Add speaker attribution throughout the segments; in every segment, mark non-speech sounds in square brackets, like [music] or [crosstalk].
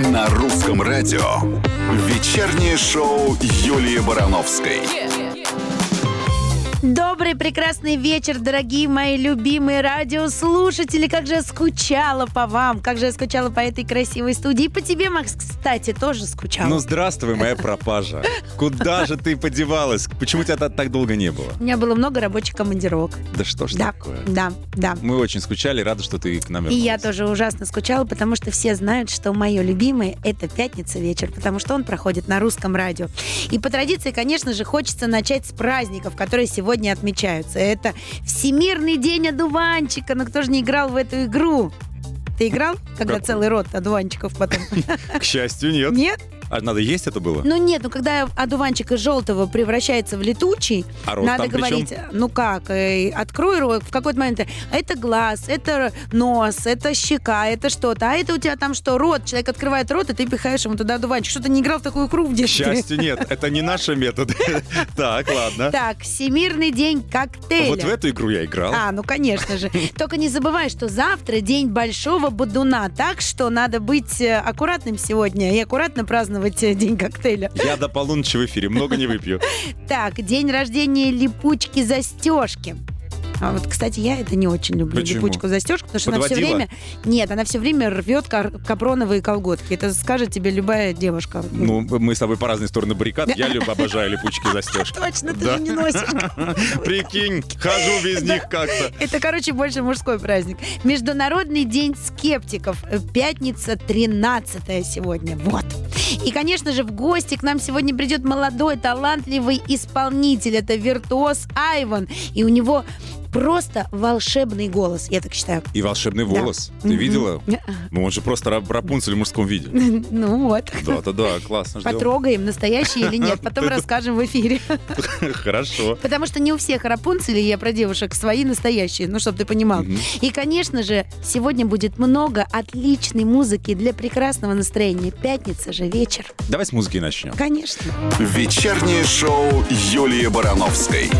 Speaker 1: Русском радио вечернее шоу Юлии Барановской.
Speaker 2: Добрый прекрасный вечер, дорогие мои любимые радиослушатели. Как же я скучала по вам, как же я скучала по этой красивой студии. И по тебе, Макс, кстати, тоже скучала.
Speaker 3: Ну, здравствуй, моя пропажа. Куда же ты подевалась? Почему тебя та- так долго не было?
Speaker 2: У меня было много рабочих командировок.
Speaker 3: Да что ж
Speaker 2: да,
Speaker 3: такое?
Speaker 2: да, да.
Speaker 3: Мы очень скучали, рады, что ты к нам
Speaker 2: И
Speaker 3: вернулась.
Speaker 2: я тоже ужасно скучала, потому что все знают, что мое любимое – это «Пятница вечер», потому что он проходит на русском радио. И по традиции, конечно же, хочется начать с праздников, которые сегодня отмечаются. Это Всемирный день одуванчика, но кто же не играл в эту игру? Ты играл, когда
Speaker 3: Какую?
Speaker 2: целый рот одуванчиков потом?
Speaker 3: К счастью, нет.
Speaker 2: Нет?
Speaker 3: А надо есть это было?
Speaker 2: Ну нет, ну когда одуванчик из желтого превращается в летучий,
Speaker 3: А рот
Speaker 2: надо
Speaker 3: там при чем?
Speaker 2: говорить, ну как, э, открой рот, в какой-то момент, э, это глаз, это нос, это щека, это что-то, а это у тебя там что, рот, человек открывает рот, и ты пихаешь ему туда одуванчик. Что ты не играл в такую игру в
Speaker 3: К
Speaker 2: детстве?
Speaker 3: счастью, нет. Это не наши методы. [laughs] Так, ладно.
Speaker 2: Так, Всемирный день коктейля.
Speaker 3: Вот в эту игру я играл.
Speaker 2: А, ну конечно
Speaker 3: [laughs]
Speaker 2: же. Только не забывай, что завтра день большого бодуна, так что надо быть э, аккуратным сегодня и аккуратно праздновать э, день коктейля.
Speaker 3: Я до полуночи в эфире, много не выпью.
Speaker 2: Так, день рождения липучки застежки. А вот, кстати, я это не очень люблю
Speaker 3: Почему?
Speaker 2: липучку застежку, потому что она все
Speaker 3: Подводила?
Speaker 2: время. Нет, она все время рвет кар- капроновые колготки. Это скажет тебе любая девушка.
Speaker 3: Ну, мы с тобой по разные стороны баррикад. Я люб- обожаю липучки застежки.
Speaker 2: Точно, ты
Speaker 3: Да.
Speaker 2: же не носишь.
Speaker 3: Прикинь, хожу без них как-то.
Speaker 2: Это, короче, больше мужской праздник. Международный день скептиков. Э, Пятница 13 сегодня. Вот. И, конечно же, в гости к нам сегодня придет молодой, талантливый исполнитель. Это виртуоз Айван. И у него просто волшебный голос, я так считаю.
Speaker 3: И волшебный
Speaker 2: Да.
Speaker 3: волос. Ты
Speaker 2: Мгм.
Speaker 3: видела? Ну, он же просто Рап- Рапунцель в мужском виде.
Speaker 2: [laughs] Ну вот.
Speaker 3: Да-да-да, классно. ждем.
Speaker 2: Потрогаем, настоящий или
Speaker 3: [laughs]
Speaker 2: нет, потом расскажем в эфире. [laughs]
Speaker 3: Хорошо.
Speaker 2: Потому что не у всех рапунцели, я про девушек, свои настоящие, ну, чтобы ты понимал.
Speaker 3: Мгм.
Speaker 2: И, конечно же, сегодня будет много отличной музыки для прекрасного настроения. Пятница же вечер.
Speaker 3: Давай с музыки начнем.
Speaker 2: Конечно.
Speaker 1: Вечернее шоу Юлии Барановской.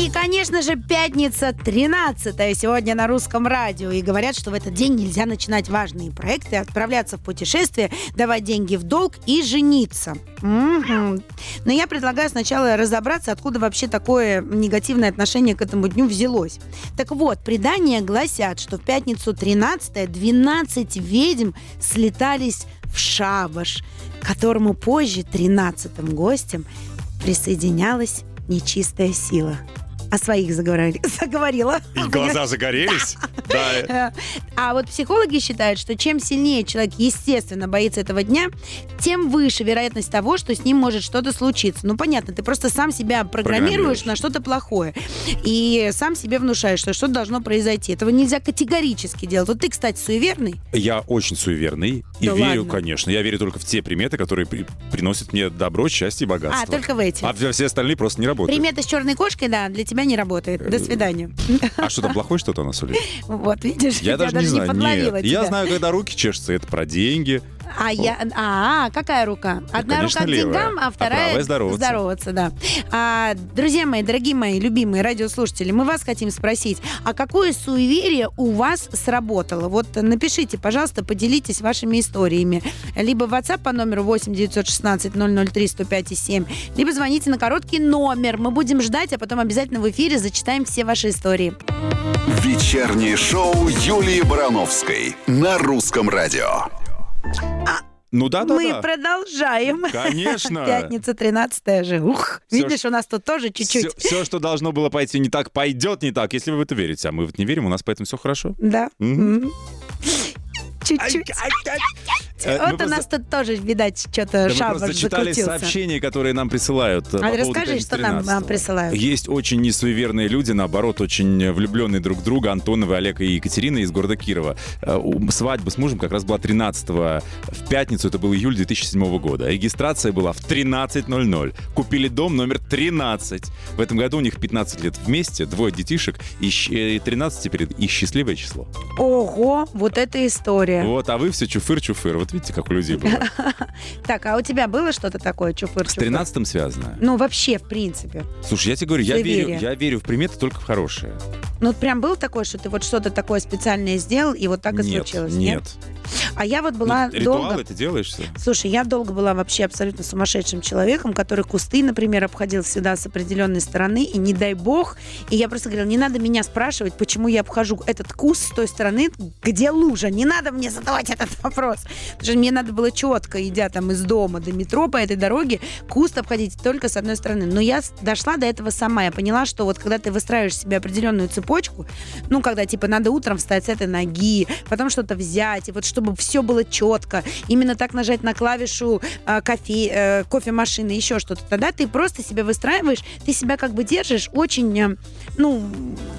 Speaker 2: И, конечно же, пятница 13 сегодня на русском радио. И говорят, что в этот день нельзя начинать важные проекты, отправляться в путешествие, давать деньги в долг и жениться. Мгм. Но я предлагаю сначала разобраться, откуда вообще такое негативное отношение к этому дню взялось. Так вот, предания гласят, что в пятницу 13 12 ведьм слетались в шабаш, к которому позже 13 гостем присоединялась нечистая сила. О своих заговорили- [laughs] заговорила.
Speaker 3: И глаза загорелись?
Speaker 2: Э,
Speaker 3: Да.
Speaker 2: [laughs] А вот психологи считают, что чем сильнее человек, естественно, боится этого дня, тем выше вероятность того, что с ним может что-то случиться. Ну, понятно, ты просто сам себя программируешь
Speaker 3: Программируешь.
Speaker 2: на что-то плохое. И сам себе внушаешь, что что-то должно произойти. Этого нельзя категорически делать. Вот ты, кстати, суеверный.
Speaker 3: Я очень суеверный и
Speaker 2: Да
Speaker 3: верю,
Speaker 2: ладно?
Speaker 3: конечно. Я верю только в те приметы, которые при- приносят мне добро, счастье
Speaker 2: А,
Speaker 3: и богатство.
Speaker 2: только в эти.
Speaker 3: А все все остальные просто не работают.
Speaker 2: Примета с черной кошкой, да, для тебя не работает.
Speaker 3: Э,
Speaker 2: До свидания. [laughs]
Speaker 3: А что там плохое что-то у нас или?
Speaker 2: Вот, видишь,
Speaker 3: Я даже не знаю.
Speaker 2: подловила
Speaker 3: Нет. Я
Speaker 2: тебя.
Speaker 3: знаю, когда руки чешутся, это про деньги.
Speaker 2: А я, а, какая рука? Одна
Speaker 3: Ну,
Speaker 2: рука
Speaker 3: конечно,
Speaker 2: к
Speaker 3: левая,
Speaker 2: деньгам, а
Speaker 3: а
Speaker 2: вторая
Speaker 3: правая здороваться.
Speaker 2: да. А, друзья мои, дорогие мои, любимые радиослушатели, мы вас хотим спросить, а какое суеверие у вас сработало? Вот напишите, пожалуйста, поделитесь вашими историями. Либо в WhatsApp по номеру 8 916 003 105 7, либо звоните на короткий номер. Мы будем ждать, а потом обязательно в эфире зачитаем все ваши истории.
Speaker 1: Вечернее шоу Юлии Барановской на русском радио.
Speaker 3: Ну да, да,
Speaker 2: мы
Speaker 3: да.
Speaker 2: [laughs] продолжаем.
Speaker 3: Конечно.
Speaker 2: Пятница 13 же. Ух,
Speaker 3: Всё,
Speaker 2: видишь, у нас тут тоже чуть-чуть.
Speaker 3: Все, что должно было пойти не так, пойдет не так, если вы в это верите. А мы в это не верим, у нас поэтому все хорошо.
Speaker 2: Да.
Speaker 3: Мгм.
Speaker 2: М. Чуть-чуть.
Speaker 3: Э, мы
Speaker 2: Вот у
Speaker 3: просто-
Speaker 2: нас тут тоже, видать, что-то
Speaker 3: Да мы
Speaker 2: шабаш
Speaker 3: просто читали
Speaker 2: закрутился.
Speaker 3: сообщения, которые нам присылают. э, по
Speaker 2: А
Speaker 3: поводу
Speaker 2: расскажи, что нам
Speaker 3: 13-го.
Speaker 2: а, присылают.
Speaker 3: Есть очень несуеверные люди, наоборот, очень э, влюбленные друг в друга, Антоновы, Олег и Екатерина из города Кирова. Э, у- Свадьба с мужем как раз была 13 в пятницу, это был июль 2007 года. Регистрация была в 13.00. Купили дом номер 13. В этом году у них 15 лет вместе, двое детишек, и щ- э, 13 теперь и счастливое число.
Speaker 2: Ого, вот эта история.
Speaker 3: Вот, а вы все чуфыр-чуфыр. Вот видите, как
Speaker 2: [laughs]
Speaker 3: у людей было.
Speaker 2: Так, а у тебя было что-то такое, чупыр
Speaker 3: С 13 связано.
Speaker 2: Ну, вообще, в принципе.
Speaker 3: Слушай, я тебе говорю, я верю,
Speaker 2: Суеверие.
Speaker 3: я верю в приметы только в хорошие.
Speaker 2: Ну, вот прям было такое, что ты вот что-то такое специальное сделал, и вот так и
Speaker 3: нет,
Speaker 2: случилось?
Speaker 3: нет.
Speaker 2: А я вот была
Speaker 3: Ну, ритуалы
Speaker 2: долго...
Speaker 3: ты делаешь все?
Speaker 2: Слушай, я долго была вообще абсолютно сумасшедшим человеком, который кусты, например, обходил всегда с определенной стороны, и не дай бог. И я просто говорила, не надо меня спрашивать, почему я обхожу этот куст с той стороны, где лужа. Не надо мне задавать этот вопрос. Потому что мне надо было четко, идя там из дома до метро по этой дороге, куст обходить только с одной стороны. Но я с- дошла до этого сама. Я поняла, что вот когда ты выстраиваешь себе определенную цепочку, ну, когда, типа, надо утром встать с этой ноги, потом что-то взять, и вот чтобы все было четко, именно так нажать на клавишу а, кофе, э, кофемашины, еще что-то, тогда ты просто себя выстраиваешь, ты себя как бы держишь очень, э, ну,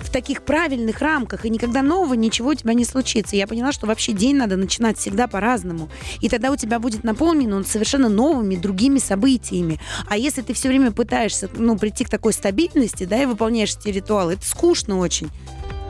Speaker 2: в таких правильных рамках, и никогда нового ничего у тебя не случится. Я поняла, что вообще день надо начинать всегда по-разному, и тогда у тебя будет наполнен он совершенно новыми, другими событиями. А если ты все время пытаешься, ну, прийти к такой стабильности, да, и выполняешь эти ритуалы, это скучно очень.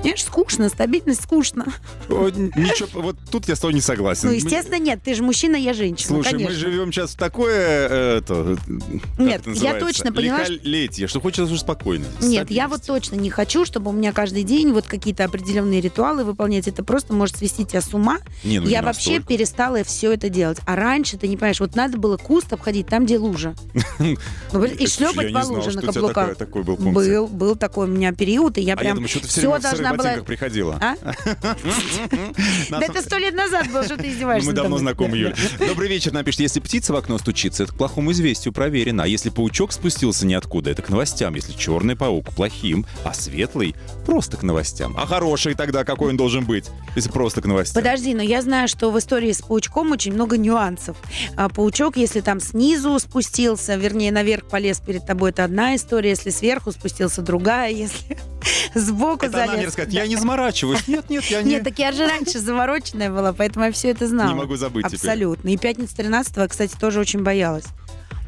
Speaker 2: Понимаешь, скучно, стабильность скучно.
Speaker 3: О, н- Ничего, вот тут я с тобой не согласен.
Speaker 2: Ну,
Speaker 3: Мы-
Speaker 2: естественно, нет, ты же мужчина, я женщина,
Speaker 3: Слушай,
Speaker 2: конечно.
Speaker 3: мы живем сейчас в такое... э, это, как
Speaker 2: Нет,
Speaker 3: это
Speaker 2: я
Speaker 3: называется?
Speaker 2: точно поняла, что-
Speaker 3: Лихолетие, что хочется уже спокойно.
Speaker 2: Нет, я
Speaker 3: стабильность.
Speaker 2: вот точно не хочу, чтобы у меня каждый день вот какие-то определенные ритуалы выполнять. Это просто может свести тебя с ума.
Speaker 3: Не, ну не
Speaker 2: я вообще
Speaker 3: настолько.
Speaker 2: перестала все это делать. А раньше, ты не понимаешь, вот надо было куст обходить там, где лужа. Ну, блин, И
Speaker 3: [laughs] Я
Speaker 2: шлепать
Speaker 3: не
Speaker 2: по
Speaker 3: знал,
Speaker 2: луже
Speaker 3: что
Speaker 2: на
Speaker 3: у тебя такое-
Speaker 2: каблуках.
Speaker 3: такой был пункт.
Speaker 2: Был, был такой у меня период, и я
Speaker 3: А я
Speaker 2: прям
Speaker 3: думаю, что ты все,
Speaker 2: все
Speaker 3: время в сырых
Speaker 2: должна была...
Speaker 3: ботинках приходила.
Speaker 2: А?
Speaker 3: На
Speaker 2: Да
Speaker 3: самом-
Speaker 2: это сто лет назад было, что ты издеваешься.
Speaker 3: [laughs] Ну, мы
Speaker 2: надо
Speaker 3: давно
Speaker 2: мной.
Speaker 3: знакомы,
Speaker 2: Да,
Speaker 3: Юль. [laughs] Добрый вечер, напишет. Если птица в окно стучится, это к плохому известию проверено. А если паучок спустился ниоткуда, это к новостям. Если черный паук к плохим, а светлый просто к новостям. А хороший тогда какой он должен быть, если просто к новостям?
Speaker 2: Подожди, но я знаю, что в истории с паучком очень много нюансов. А паучок, если там снизу спустился, вернее, наверх полез перед тобой, это одна история. Если сверху спустился, другая. Если [laughs] сбоку
Speaker 3: Это она мне
Speaker 2: залез.
Speaker 3: рассказывает. Я не заморачиваюсь. Нет, нет, я
Speaker 2: [laughs]
Speaker 3: не...
Speaker 2: Нет, так я же раньше завороченная была, поэтому я все это знала.
Speaker 3: Не могу забыть теперь.
Speaker 2: Абсолютно. И пятница 13 я, кстати, тоже очень боялась.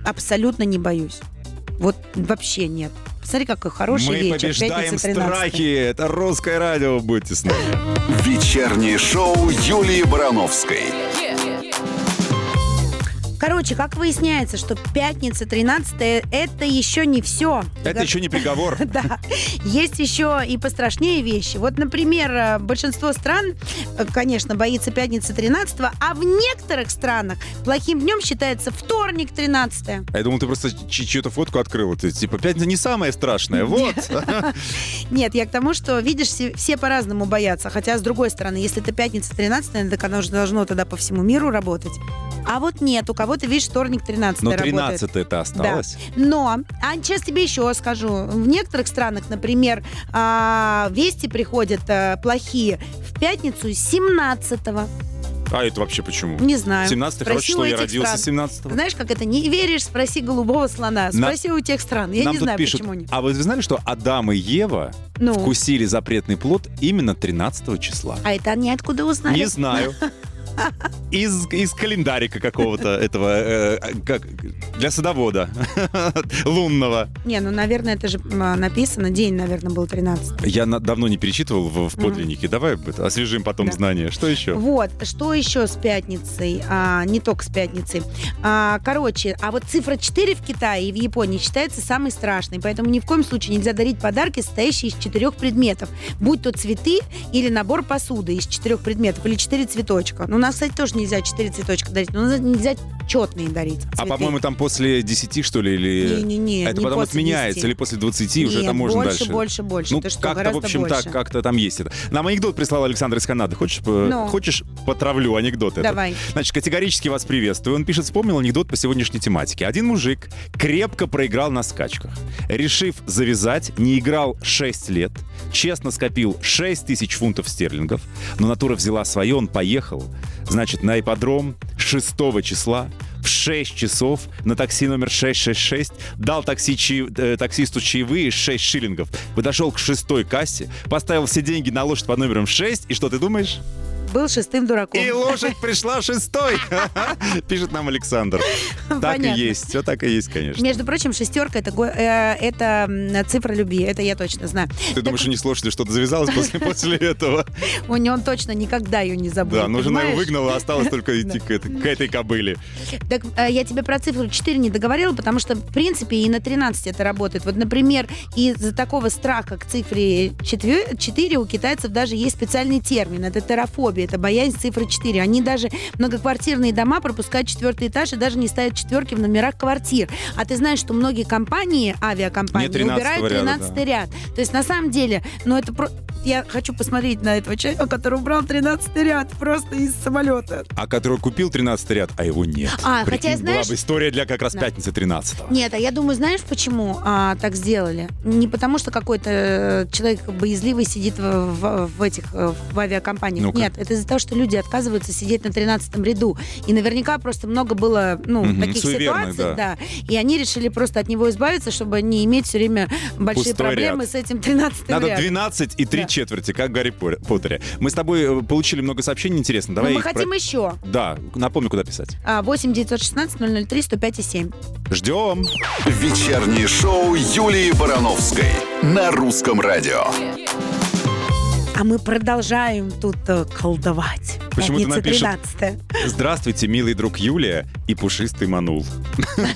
Speaker 2: Абсолютно не боюсь. Вот вообще нет. Посмотри, какой хороший
Speaker 3: Мы
Speaker 2: вечер.
Speaker 3: побеждаем
Speaker 2: пятница 13
Speaker 3: страхи. Это русское радио, будьте с нами.
Speaker 2: [laughs]
Speaker 1: Вечернее шоу Юлии Барановской.
Speaker 2: Короче, как выясняется, что пятница 13 это еще не все.
Speaker 3: Это еще не приговор.
Speaker 2: [laughs] Да, есть еще и пострашнее вещи. Вот, например, э, большинство стран, э, конечно, боится пятницы 13 а в некоторых странах плохим днем считается вторник 13
Speaker 3: А Я думал, ты просто ч- чью-то фотку открыла. Ты типа, пятница не
Speaker 2: [laughs]
Speaker 3: самое страшное. Вот.
Speaker 2: Нет, я к тому, что, видишь, все, все по-разному боятся. Хотя, с другой стороны, если это пятница 13 так оно же должно тогда по всему миру работать. А вот нет, у кого-то, видишь, вторник 13
Speaker 3: Но
Speaker 2: работает.
Speaker 3: 13 это осталось.
Speaker 2: Но, а сейчас тебе еще скажу, в некоторых странах, например, а, вести приходят а, плохие в пятницу 17-го.
Speaker 3: А это вообще почему?
Speaker 2: Не знаю.
Speaker 3: 17
Speaker 2: Спроси
Speaker 3: хорошее число,
Speaker 2: у
Speaker 3: я
Speaker 2: этих
Speaker 3: родился
Speaker 2: стран.
Speaker 3: 17
Speaker 2: Знаешь, как это? Не веришь, спроси голубого слона.
Speaker 3: На-
Speaker 2: Спроси у тех стран. Я
Speaker 3: Нам
Speaker 2: не
Speaker 3: тут
Speaker 2: знаю,
Speaker 3: пишут,
Speaker 2: почему они.
Speaker 3: а вы знали, что Адам и Ева
Speaker 2: Ну,
Speaker 3: вкусили запретный плод именно 13 числа?
Speaker 2: а это они откуда узнали?
Speaker 3: Не знаю. Из, из календарика какого-то этого, э, как, для садовода [laughs] лунного.
Speaker 2: Не, ну, наверное, это же м, а, написано. День, наверное, был 13
Speaker 3: Я на- давно не перечитывал в, в подлиннике. Давай это, освежим потом
Speaker 2: Да.
Speaker 3: знания. Что еще?
Speaker 2: Вот, что еще с пятницей? А, не только с пятницей. А, короче, а вот цифра 4 в Китае и в Японии считается самой страшной, поэтому ни в коем случае нельзя дарить подарки, состоящие из четырех предметов. Будь то цветы или набор посуды из четырех предметов, или четыре цветочка. Ну, у нас, кстати, тоже нельзя четыре цветочка дарить, но нельзя четные дарить
Speaker 3: А
Speaker 2: цветы.
Speaker 3: по-моему, там после 10, что ли, или...
Speaker 2: Не-не-не,
Speaker 3: это
Speaker 2: не
Speaker 3: потом
Speaker 2: после
Speaker 3: отменяется,
Speaker 2: 10.
Speaker 3: или после 20 уже
Speaker 2: Нет,
Speaker 3: там можно
Speaker 2: больше,
Speaker 3: дальше.
Speaker 2: больше, больше.
Speaker 3: Ну,
Speaker 2: Ты что,
Speaker 3: как-то, в
Speaker 2: гораздо
Speaker 3: общем,
Speaker 2: больше.
Speaker 3: так, как-то там есть это. Нам анекдот прислал Александр из Канады. Хочешь, э,
Speaker 2: Ну.
Speaker 3: хочешь потравлю анекдот этот?
Speaker 2: Давай.
Speaker 3: Значит, категорически вас приветствую. Он пишет, вспомнил анекдот по сегодняшней тематике. Один мужик крепко проиграл на скачках. Решив завязать, не играл 6 лет, честно скопил 6 тысяч фунтов стерлингов, но натура взяла свое, он поехал. Значит, на ипподром 6 числа в 6 часов на такси номер 666 дал такси чаи- э, таксисту чаевые 6 шиллингов, подошел к шестой кассе, поставил все деньги на лошадь под номером 6, и что ты думаешь?
Speaker 2: Был шестым дураком. [laughs]
Speaker 3: И лошадь пришла шестой, [laughs] пишет нам Александр. Так и
Speaker 2: Понятно.
Speaker 3: есть, все так и есть, конечно.
Speaker 2: Между прочим, шестерка это, го- э, это м, цифра любви, это я точно знаю.
Speaker 3: Ты думаешь, что не с лошадью что-то завязалось
Speaker 2: [laughs]
Speaker 3: после, после этого?
Speaker 2: У него он точно никогда ее не забудет.
Speaker 3: Да, ну жена его
Speaker 2: понимаешь?
Speaker 3: выгнала, осталось
Speaker 2: [laughs]
Speaker 3: только идти к этой, к этой кобыле.
Speaker 2: Так э, я тебе про цифру 4 не договорила, потому что, в принципе, и на 13 это работает. Вот, например, из-за такого страха к цифре 4, у китайцев даже есть специальный термин. Это терафобия. Это боязнь цифры 4. Они даже многоквартирные дома пропускают четвертый этаж и даже не ставят четверки в номерах квартир. А ты знаешь, что многие компании, авиакомпании,
Speaker 3: Нет 13-го
Speaker 2: убирают
Speaker 3: ряда,
Speaker 2: 13 ряд. То есть на самом деле, ну это про... Я хочу посмотреть на этого человека, который убрал 13 ряд просто из самолета.
Speaker 3: А который купил 13 ряд, а его нет.
Speaker 2: А,
Speaker 3: Прикинь,
Speaker 2: хотя, знаешь-
Speaker 3: была бы история для как раз
Speaker 2: Да.
Speaker 3: пятницы 13
Speaker 2: Нет, а я думаю, знаешь, почему а, так сделали? Не потому, что какой-то э, человек боязливый сидит в, в- в этих э, в авиакомпаниях.
Speaker 3: Ну-ка.
Speaker 2: Нет, это из-за того, что люди отказываются сидеть на 13 ряду. И наверняка просто много было ну,
Speaker 3: Мгм,
Speaker 2: таких
Speaker 3: суеверных,
Speaker 2: ситуаций, да. И они решили просто от него избавиться, чтобы не иметь все время большие
Speaker 3: Пустой
Speaker 2: проблемы
Speaker 3: ряд.
Speaker 2: с этим 13
Speaker 3: Надо
Speaker 2: рядом.
Speaker 3: 12 и 3
Speaker 2: Да.
Speaker 3: четверти, как в Гарри Пор- Поттере. Мы с тобой э, получили много сообщений интересно.
Speaker 2: Но
Speaker 3: Давай
Speaker 2: Ну, мы
Speaker 3: их про-
Speaker 2: хотим еще.
Speaker 3: Да, напомню, куда писать.
Speaker 2: А, 8 916 003 105 и 7.
Speaker 3: Ждем.
Speaker 1: Вечернее шоу Юлии Барановской на русском радио.
Speaker 2: А мы продолжаем тут э, колдовать.
Speaker 3: Почему ты
Speaker 2: Пятница
Speaker 3: напишешь-
Speaker 2: 13
Speaker 3: Здравствуйте, милый друг Юлия и пушистый Манул. [laughs]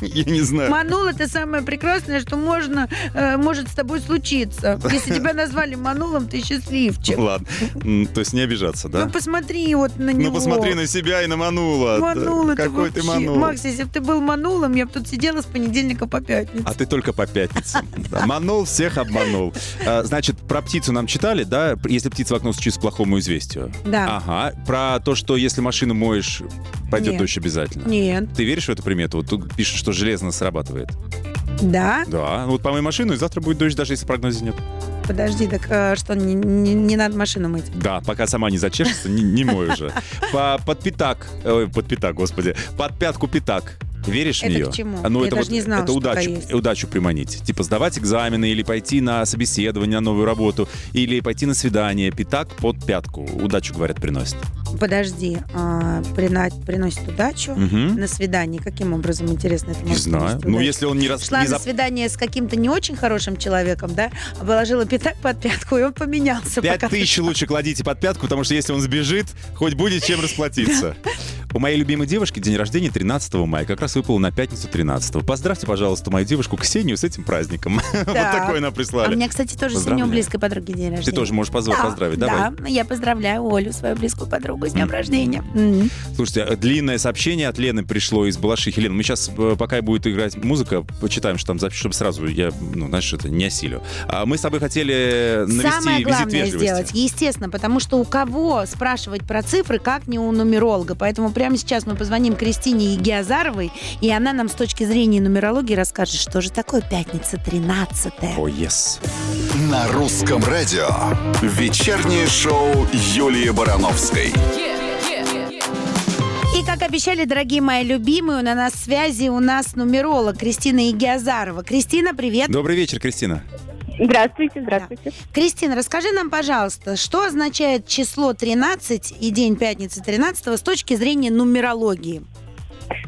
Speaker 3: Я не знаю.
Speaker 2: Манул это самое прекрасное, что можно, э, может с тобой случиться. Если тебя назвали Манулом, ты счастливчик.
Speaker 3: [laughs] Ладно. М, То есть не обижаться,
Speaker 2: Ну
Speaker 3: да?
Speaker 2: посмотри вот на него.
Speaker 3: Ну посмотри на себя и на Манула. Да,
Speaker 2: Манул это
Speaker 3: Какой ты
Speaker 2: вообще.
Speaker 3: Манул.
Speaker 2: Макс, если бы ты был Манулом, я бы тут сидела с понедельника по пятницу.
Speaker 3: А ты только
Speaker 2: [laughs]
Speaker 3: по пятницам. Да, Манул всех обманул. А, Значит, про птицу нам читали, да? Если птица в окно стучится, плохому известию.
Speaker 2: Да.
Speaker 3: Ага. Про то, что если машину моешь, пойдет
Speaker 2: Нет.
Speaker 3: дождь обязательно.
Speaker 2: Нет.
Speaker 3: Ты веришь в эту примету? Вот тут пишут, что железно срабатывает.
Speaker 2: Да.
Speaker 3: Да. Ну Вот помой машину, и завтра будет дождь, даже если прогноза нет.
Speaker 2: Подожди, так э, что, не, не- не надо машину мыть?
Speaker 3: Да, пока сама не зачешется, не, не мой
Speaker 2: [laughs]
Speaker 3: уже. По, под пятак, ой, под пятак, господи, под пятку пятак. Веришь
Speaker 2: Это
Speaker 3: в
Speaker 2: к
Speaker 3: нее?
Speaker 2: чему?
Speaker 3: А, Ну,
Speaker 2: Я
Speaker 3: это
Speaker 2: даже
Speaker 3: вот-
Speaker 2: не знала,
Speaker 3: это
Speaker 2: что
Speaker 3: удачу,
Speaker 2: такое есть.
Speaker 3: удачу приманить. Типа сдавать экзамены или пойти на собеседование, на новую работу, или пойти на свидание. Пятак под пятку. Удачу, говорят, приносит.
Speaker 2: Подожди, а, прина- приносит удачу
Speaker 3: Мгм.
Speaker 2: на свидание. Каким образом, интересно, это
Speaker 3: Не
Speaker 2: может
Speaker 3: знаю.
Speaker 2: принести
Speaker 3: Ну,
Speaker 2: удачу?
Speaker 3: если он не, рас...
Speaker 2: шла
Speaker 3: не
Speaker 2: на
Speaker 3: за
Speaker 2: свидание с каким-то не очень хорошим человеком, да, положила пятак под пятку, и он поменялся.
Speaker 3: Пять
Speaker 2: пока-
Speaker 3: тысяч [laughs] лучше кладите под пятку, потому что если он сбежит, хоть будет чем расплатиться. У моей любимой девушки день рождения 13 мая, как раз выпало на пятницу 13 Поздравьте, пожалуйста, мою девушку Ксению с этим праздником. [laughs] Вот
Speaker 2: Так.
Speaker 3: такое нам
Speaker 2: А у
Speaker 3: прислали.
Speaker 2: меня, кстати, тоже сегодня у
Speaker 3: Поздравляю.
Speaker 2: близкой подруги день рождения.
Speaker 3: Ты тоже можешь позв-
Speaker 2: Да,
Speaker 3: поздравить, давай.
Speaker 2: Да, я поздравляю Олю, свою близкую подругу, с днем
Speaker 3: М.
Speaker 2: рождения.
Speaker 3: Слушайте, а, длинное сообщение от Лены пришло из Балашихи. Лен, мы сейчас, пока будет играть музыка, почитаем, что там запишем, чтобы сразу я, ну, знаешь, это не осилю. А мы с тобой хотели э, навести
Speaker 2: Самое
Speaker 3: визит
Speaker 2: главное
Speaker 3: вежливости.
Speaker 2: сделать, естественно, потому что у кого спрашивать про цифры, как не у нумеролога. Поэтому прямо сейчас мы позвоним Кристине Егиазаровой, и она нам с точки зрения нумерологии расскажет, что же такое пятница 13
Speaker 3: О, yes.
Speaker 1: На русском радио. Вечернее шоу Юлии Барановской.
Speaker 2: И, как обещали, дорогие мои любимые, на нас связи у нас нумеролог Кристина Игиазарова. Кристина, привет.
Speaker 3: Добрый вечер, Кристина.
Speaker 4: Здравствуйте, здравствуйте.
Speaker 2: Кристина, расскажи нам, пожалуйста, что означает число 13 и день пятницы 13 с точки зрения нумерологии?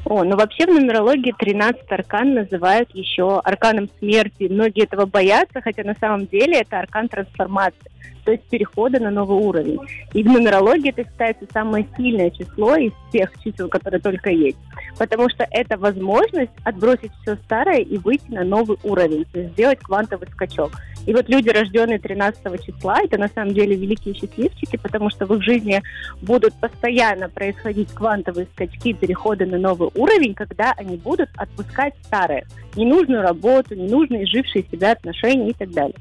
Speaker 4: О, ну вообще в нумерологии 13 аркан называют еще арканом смерти. Многие этого боятся, хотя на самом деле это аркан трансформации, то есть перехода на новый уровень. И в нумерологии это считается самое сильное число из всех чисел, которые только есть. Потому что это возможность отбросить все старое и выйти на новый уровень, то есть сделать квантовый скачок. И вот люди, рожденные 13 числа, это на самом деле великие счастливчики, потому что в их жизни будут постоянно происходить квантовые скачки, переходы на новый уровень, когда они будут отпускать старое, ненужную работу, ненужные жившие себя отношения и так далее.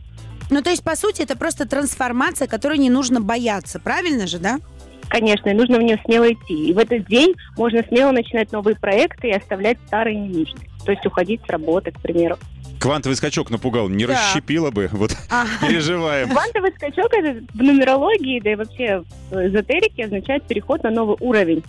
Speaker 2: Ну, то есть, по сути, это просто трансформация, которой не нужно бояться, правильно же, да?
Speaker 4: Конечно, и нужно в нее смело идти. И в этот день можно смело начинать новые проекты и оставлять старые ненужные. То есть уходить с работы, к примеру.
Speaker 3: Квантовый скачок напугал, не
Speaker 2: Да.
Speaker 3: расщепила бы. Вот
Speaker 2: [laughs] А,
Speaker 3: переживаем.
Speaker 4: Квантовый скачок это в нумерологии, да и вообще в эзотерике означает переход на новый уровень.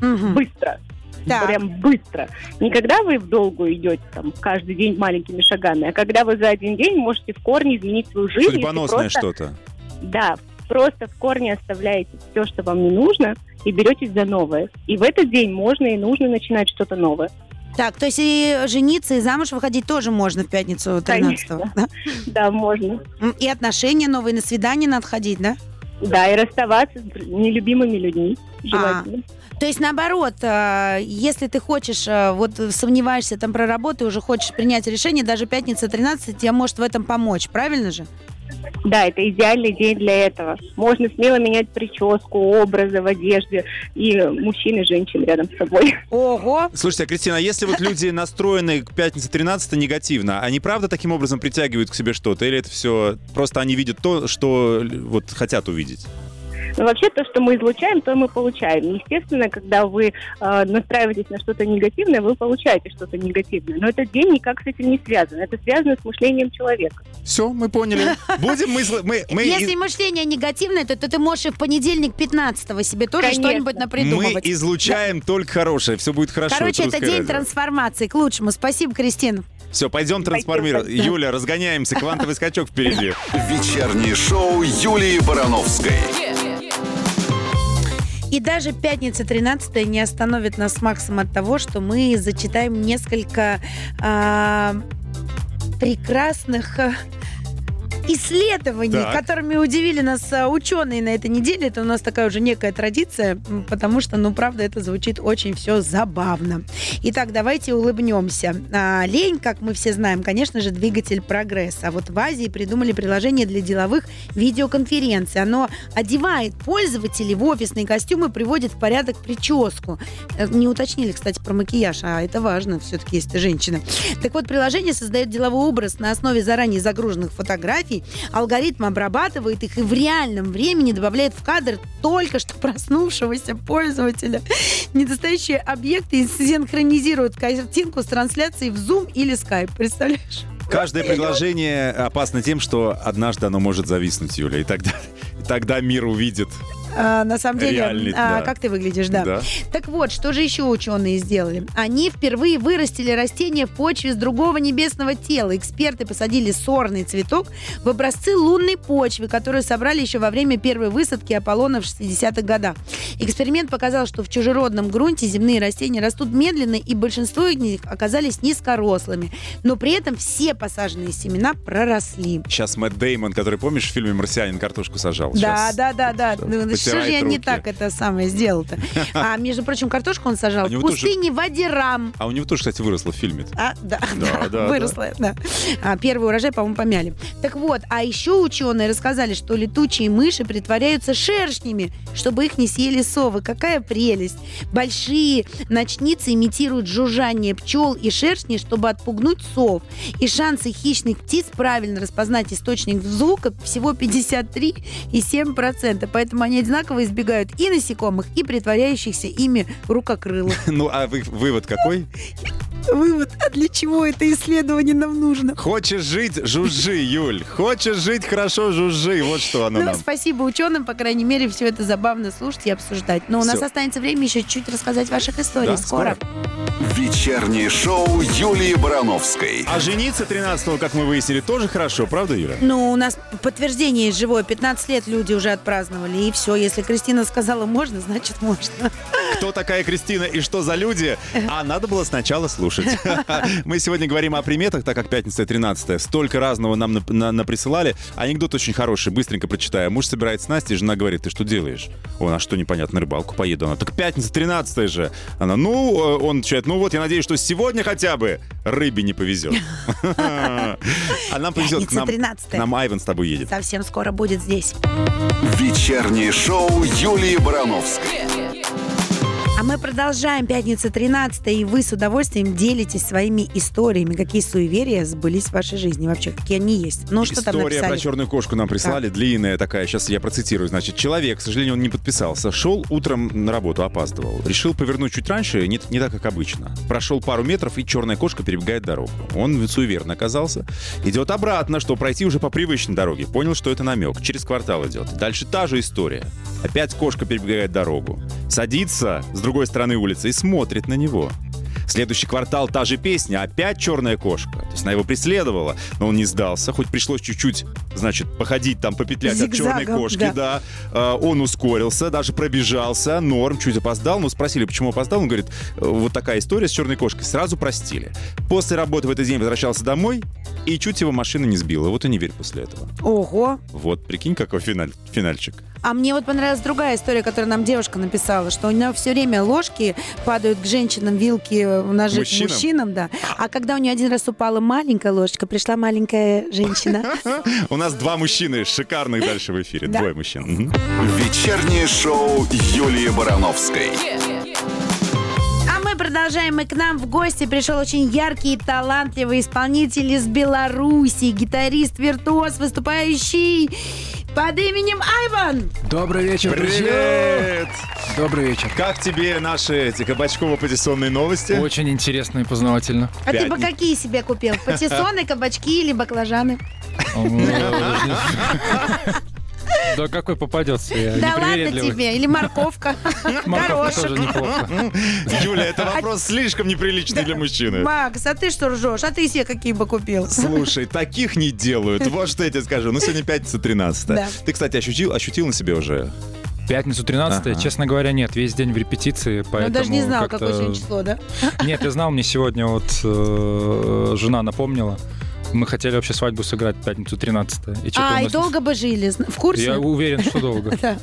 Speaker 2: мгм.
Speaker 4: Быстро.
Speaker 2: Так.
Speaker 4: Прям быстро. Не когда вы в долгу идете там каждый день маленькими шагами, а когда вы за один день можете в корне изменить свою жизнь. если
Speaker 3: Судьбоносное
Speaker 4: просто-
Speaker 3: что-то.
Speaker 4: Да, просто в корне оставляете все, что вам не нужно, и беретесь за новое. И в этот день можно и нужно начинать что-то новое.
Speaker 2: Так, то есть и жениться, и замуж выходить тоже можно в пятницу 13 да?
Speaker 4: Да, можно.
Speaker 2: М, И отношения новые, на свидание надо ходить, да?
Speaker 4: Да, и расставаться с нелюбимыми людьми желательно.
Speaker 2: То есть, наоборот, э, если ты хочешь, э, вот сомневаешься там про работу и уже хочешь принять решение, даже пятница 13 тебе может в этом помочь, правильно же?
Speaker 4: Да, это идеальный день для этого. Можно смело менять прическу, образы в одежде и э, мужчин и женщин рядом с собой.
Speaker 2: Ого!
Speaker 3: Слушайте, а, Кристина, а если вот люди настроены к пятнице 13 негативно, они правда таким образом притягивают к себе что-то? Или это все просто они видят то, что л- вот хотят увидеть?
Speaker 4: Но вообще то, что мы излучаем, то мы получаем. Естественно, когда вы э, настраиваетесь на что-то негативное, вы получаете что-то негативное. Но этот день никак с этим не связан. Это связано с мышлением человека.
Speaker 3: Все, мы поняли. Будем мы... зло- мы, мы из-
Speaker 2: Если мышление негативное, то, то ты можешь и в понедельник 15 себе тоже
Speaker 4: Конечно.
Speaker 2: что-нибудь
Speaker 3: мы
Speaker 2: напридумывать.
Speaker 3: излучаем только хорошее, все будет хорошо.
Speaker 2: Короче, это день трансформации к лучшему. Спасибо, Кристин.
Speaker 3: Все, пойдем трансформировать. Юля, разгоняемся, квантовый скачок впереди.
Speaker 1: Вечернее шоу Юлии Барановской.
Speaker 2: И даже пятница 13 не остановит нас с Максом от того, что мы зачитаем несколько а, прекрасных а, исследований,
Speaker 3: Так.
Speaker 2: которыми удивили нас а, ученые на этой неделе. Это у нас такая уже некая традиция, м, потому что, ну, правда, это звучит очень все забавно. Итак, давайте улыбнемся. А, лень, как мы все знаем, конечно же, двигатель прогресса. А вот в Азии придумали приложение для деловых видеоконференций. Оно одевает пользователей в офисные костюмы, приводит в порядок прическу. Э, Не уточнили, кстати, про макияж, а это важно все-таки, если ты женщина. Так вот, приложение создает деловой образ на основе заранее загруженных фотографий. Алгоритм обрабатывает их и в реальном времени добавляет в кадр только что проснувшегося пользователя. Недостающие объекты синхронизируют картинку с трансляцией в Zoom или Skype. Представляешь?
Speaker 3: Каждое предложение опасно тем, что однажды оно может зависнуть, Юля, и тогда, и тогда мир увидит.
Speaker 2: А, на самом деле,
Speaker 3: Реальный,
Speaker 2: а,
Speaker 3: да.
Speaker 2: как ты выглядишь, да.
Speaker 3: Да.
Speaker 2: Так вот, что же еще ученые сделали? Они впервые вырастили растение в почве с другого небесного тела. Эксперты посадили сорный цветок в образцы лунной почвы, которую собрали еще во время первой высадки Аполлона в 60-х годах. Эксперимент показал, что в чужеродном грунте земные растения растут медленно, и большинство из них оказались низкорослыми. Но при этом все посаженные семена проросли.
Speaker 3: Сейчас Мэтт Деймон, который, помнишь, в фильме «Марсианин» картошку сажал.
Speaker 2: Да,
Speaker 3: Щас
Speaker 2: да, да, да.
Speaker 3: щас
Speaker 2: Ну, Что же
Speaker 3: потирает
Speaker 2: я не
Speaker 3: руки.
Speaker 2: так это самое сделал-то? А, между прочим, картошку он сажал
Speaker 3: У
Speaker 2: в
Speaker 3: него тоже-
Speaker 2: пустыне Вадирам.
Speaker 3: А у него тоже, кстати, выросло в фильме. [laughs]
Speaker 2: А, да,
Speaker 3: Да, да,
Speaker 2: выросла, да. А, первый урожай, по-моему, помяли. Так вот, а еще ученые рассказали, что летучие мыши притворяются шершнями, чтобы их не съели совы. Какая прелесть! Большие ночницы имитируют жужжание пчел и шершней, чтобы отпугнуть сов. И шансы хищных птиц правильно распознать источник звука всего 53,7%. Поэтому они одинаково избегают и насекомых, и притворяющихся ими рукокрылых.
Speaker 3: Ну, а вы- вывод какой?
Speaker 2: Вывод, а для чего это исследование нам нужно?
Speaker 3: Хочешь жить, жужжи, Юль. Хочешь жить, хорошо, жужжи. Вот что оно
Speaker 2: Ну,
Speaker 3: нам.
Speaker 2: спасибо ученым, по крайней мере, все это забавно слушать и обсуждать. Но у нас
Speaker 3: Всё.
Speaker 2: останется время еще чуть рассказать ваших историй.
Speaker 3: Да,
Speaker 2: скоро.
Speaker 1: Вечернее шоу Юлии Барановской.
Speaker 3: А жениться 13-го, как мы выяснили, тоже хорошо, правда, Юля?
Speaker 2: Ну, у нас подтверждение есть живое. 15 лет люди уже отпраздновали. И все, если Кристина сказала можно, значит можно.
Speaker 3: Кто такая Кристина и что за люди? А надо было сначала слушать. [laughs] Мы сегодня говорим о приметах, так как пятница 13 Столько разного нам нап- на- наприсылали. Анекдот очень хороший, быстренько прочитаю. Муж собирается с Настей, жена говорит, ты что делаешь? Он, а что непонятно, на рыбалку поеду. Она, так пятница 13 же. Она, ну, э, он отвечает, ну вот, я надеюсь, что сегодня хотя бы рыбе не повезет. [laughs] А нам повезет, к
Speaker 2: Пятница
Speaker 3: нам,
Speaker 2: 13-е.
Speaker 3: к нам Айвен с тобой едет.
Speaker 2: Совсем скоро будет здесь.
Speaker 1: Вечернее шоу Юлии Барановской.
Speaker 2: А мы продолжаем. Пятница 13 и вы с удовольствием делитесь своими историями. Какие суеверия сбылись в вашей жизни вообще? Какие они есть? Ну, что там
Speaker 3: История про
Speaker 2: написали?
Speaker 3: черную кошку нам прислали, длинная такая. Сейчас я процитирую. Значит, человек, к сожалению, он не подписался. Шел утром на работу, опаздывал. Решил повернуть чуть раньше, не, не так, как обычно. Прошел пару метров, и черная кошка перебегает дорогу. Он суеверно оказался. Идет обратно, что пройти уже по привычной дороге. Понял, что это намек. Через квартал идет. Дальше та же история. Опять кошка перебегает дорогу. Садится с другой стороны улицы и смотрит на него. Следующий квартал та же песня, опять черная кошка. То есть она его преследовала, но он не сдался. Хоть пришлось чуть-чуть, значит, походить там, попетлять
Speaker 2: Зигзагом,
Speaker 3: от черной кошки, да. Э, Он ускорился, даже пробежался, норм, чуть опоздал. Но спросили, почему опоздал. Он говорит, «Э, вот такая история с черной кошкой. Сразу простили. После работы в этот день возвращался домой, И чуть его машина не сбила. Вот и не верь после этого.
Speaker 2: Ого.
Speaker 3: Вот, прикинь, какой финаль, финальчик.
Speaker 2: А мне вот понравилась другая история, которую нам девушка написала, что у нее все время ложки падают к женщинам, вилки, э, ножи
Speaker 3: Мужчинам?
Speaker 2: к мужчинам, да. А когда у нее один раз упала маленькая ложечка, пришла маленькая женщина.
Speaker 3: У нас два мужчины шикарных дальше в эфире.
Speaker 2: Да.
Speaker 3: Двое мужчин. Мгм.
Speaker 1: Вечернее шоу Юлии Барановской.
Speaker 2: А мы продолжаем, и к нам в гости пришел очень яркий и талантливый исполнитель из Беларуси, гитарист-виртуоз, выступающий под именем Айван.
Speaker 5: Добрый вечер, друзья!
Speaker 3: Привет!
Speaker 5: Добрый вечер.
Speaker 3: Как тебе наши эти кабачково-позиционные новости?
Speaker 5: Очень интересно и познавательно.
Speaker 2: А ты бы
Speaker 3: Пятница.
Speaker 2: какие себе купил? Патиссоны, кабачки или баклажаны?
Speaker 5: Да какой попадется? Я
Speaker 2: Да ладно
Speaker 5: непривередливый.
Speaker 2: тебе, ну, или морковка,
Speaker 5: Морковка
Speaker 2: горошек.
Speaker 5: тоже неплохо.
Speaker 3: Юля, это вопрос
Speaker 2: А
Speaker 3: слишком неприличный для мужчины.
Speaker 2: Макс, а ты что ржешь? А ты себе какие бы купил?
Speaker 3: Слушай, таких не делают. Вот что я тебе скажу. Ну, сегодня пятница 13
Speaker 2: Да.
Speaker 3: Ты, кстати, ощутил, ощутил на себе уже?
Speaker 5: Пятницу 13
Speaker 3: Ага.
Speaker 5: честно говоря, нет. Весь день в репетиции,
Speaker 2: Ну,
Speaker 5: поэтому
Speaker 2: даже не знал,
Speaker 5: как-то-
Speaker 2: какое сегодня [laughs] число, да?
Speaker 5: Нет, я знал, мне сегодня вот э, жена напомнила. Мы хотели вообще свадьбу сыграть в пятницу 13 и что-то у
Speaker 2: А, и
Speaker 5: нас-
Speaker 2: долго бы жили, зн- в
Speaker 5: Я
Speaker 2: курсе?
Speaker 5: уверен, что долго.
Speaker 2: [laughs] Да.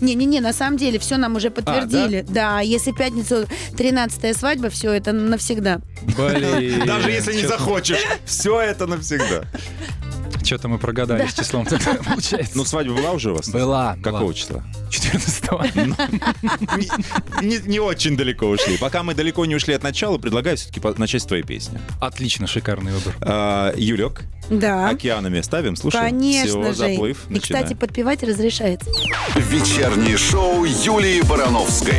Speaker 2: Не-не-не, на самом деле все нам
Speaker 3: А,
Speaker 2: уже подтвердили. да? если пятницу 13-я свадьба, все это навсегда.
Speaker 5: Блин.
Speaker 3: Даже если не захочешь. Все это навсегда.
Speaker 5: Что-то мы прогадали с
Speaker 2: [laughs]
Speaker 5: числом тогда, получается.
Speaker 3: Ну, свадьба была уже у вас?
Speaker 5: Была.
Speaker 3: Какого числа?
Speaker 5: 14
Speaker 3: Не, не очень далеко ушли. Пока мы далеко не ушли от начала, предлагаю все-таки начать с твоей песни.
Speaker 5: Отлично, шикарный выбор.
Speaker 3: А, Юлек,
Speaker 2: Да.
Speaker 3: океанами ставим, слушаем.
Speaker 2: А? Конечно
Speaker 3: А, Всё,
Speaker 2: же.
Speaker 3: заплыв,
Speaker 2: И, кстати,
Speaker 3: начинаем.
Speaker 2: подпевать разрешается.
Speaker 1: Вечернее шоу Юлии Барановской.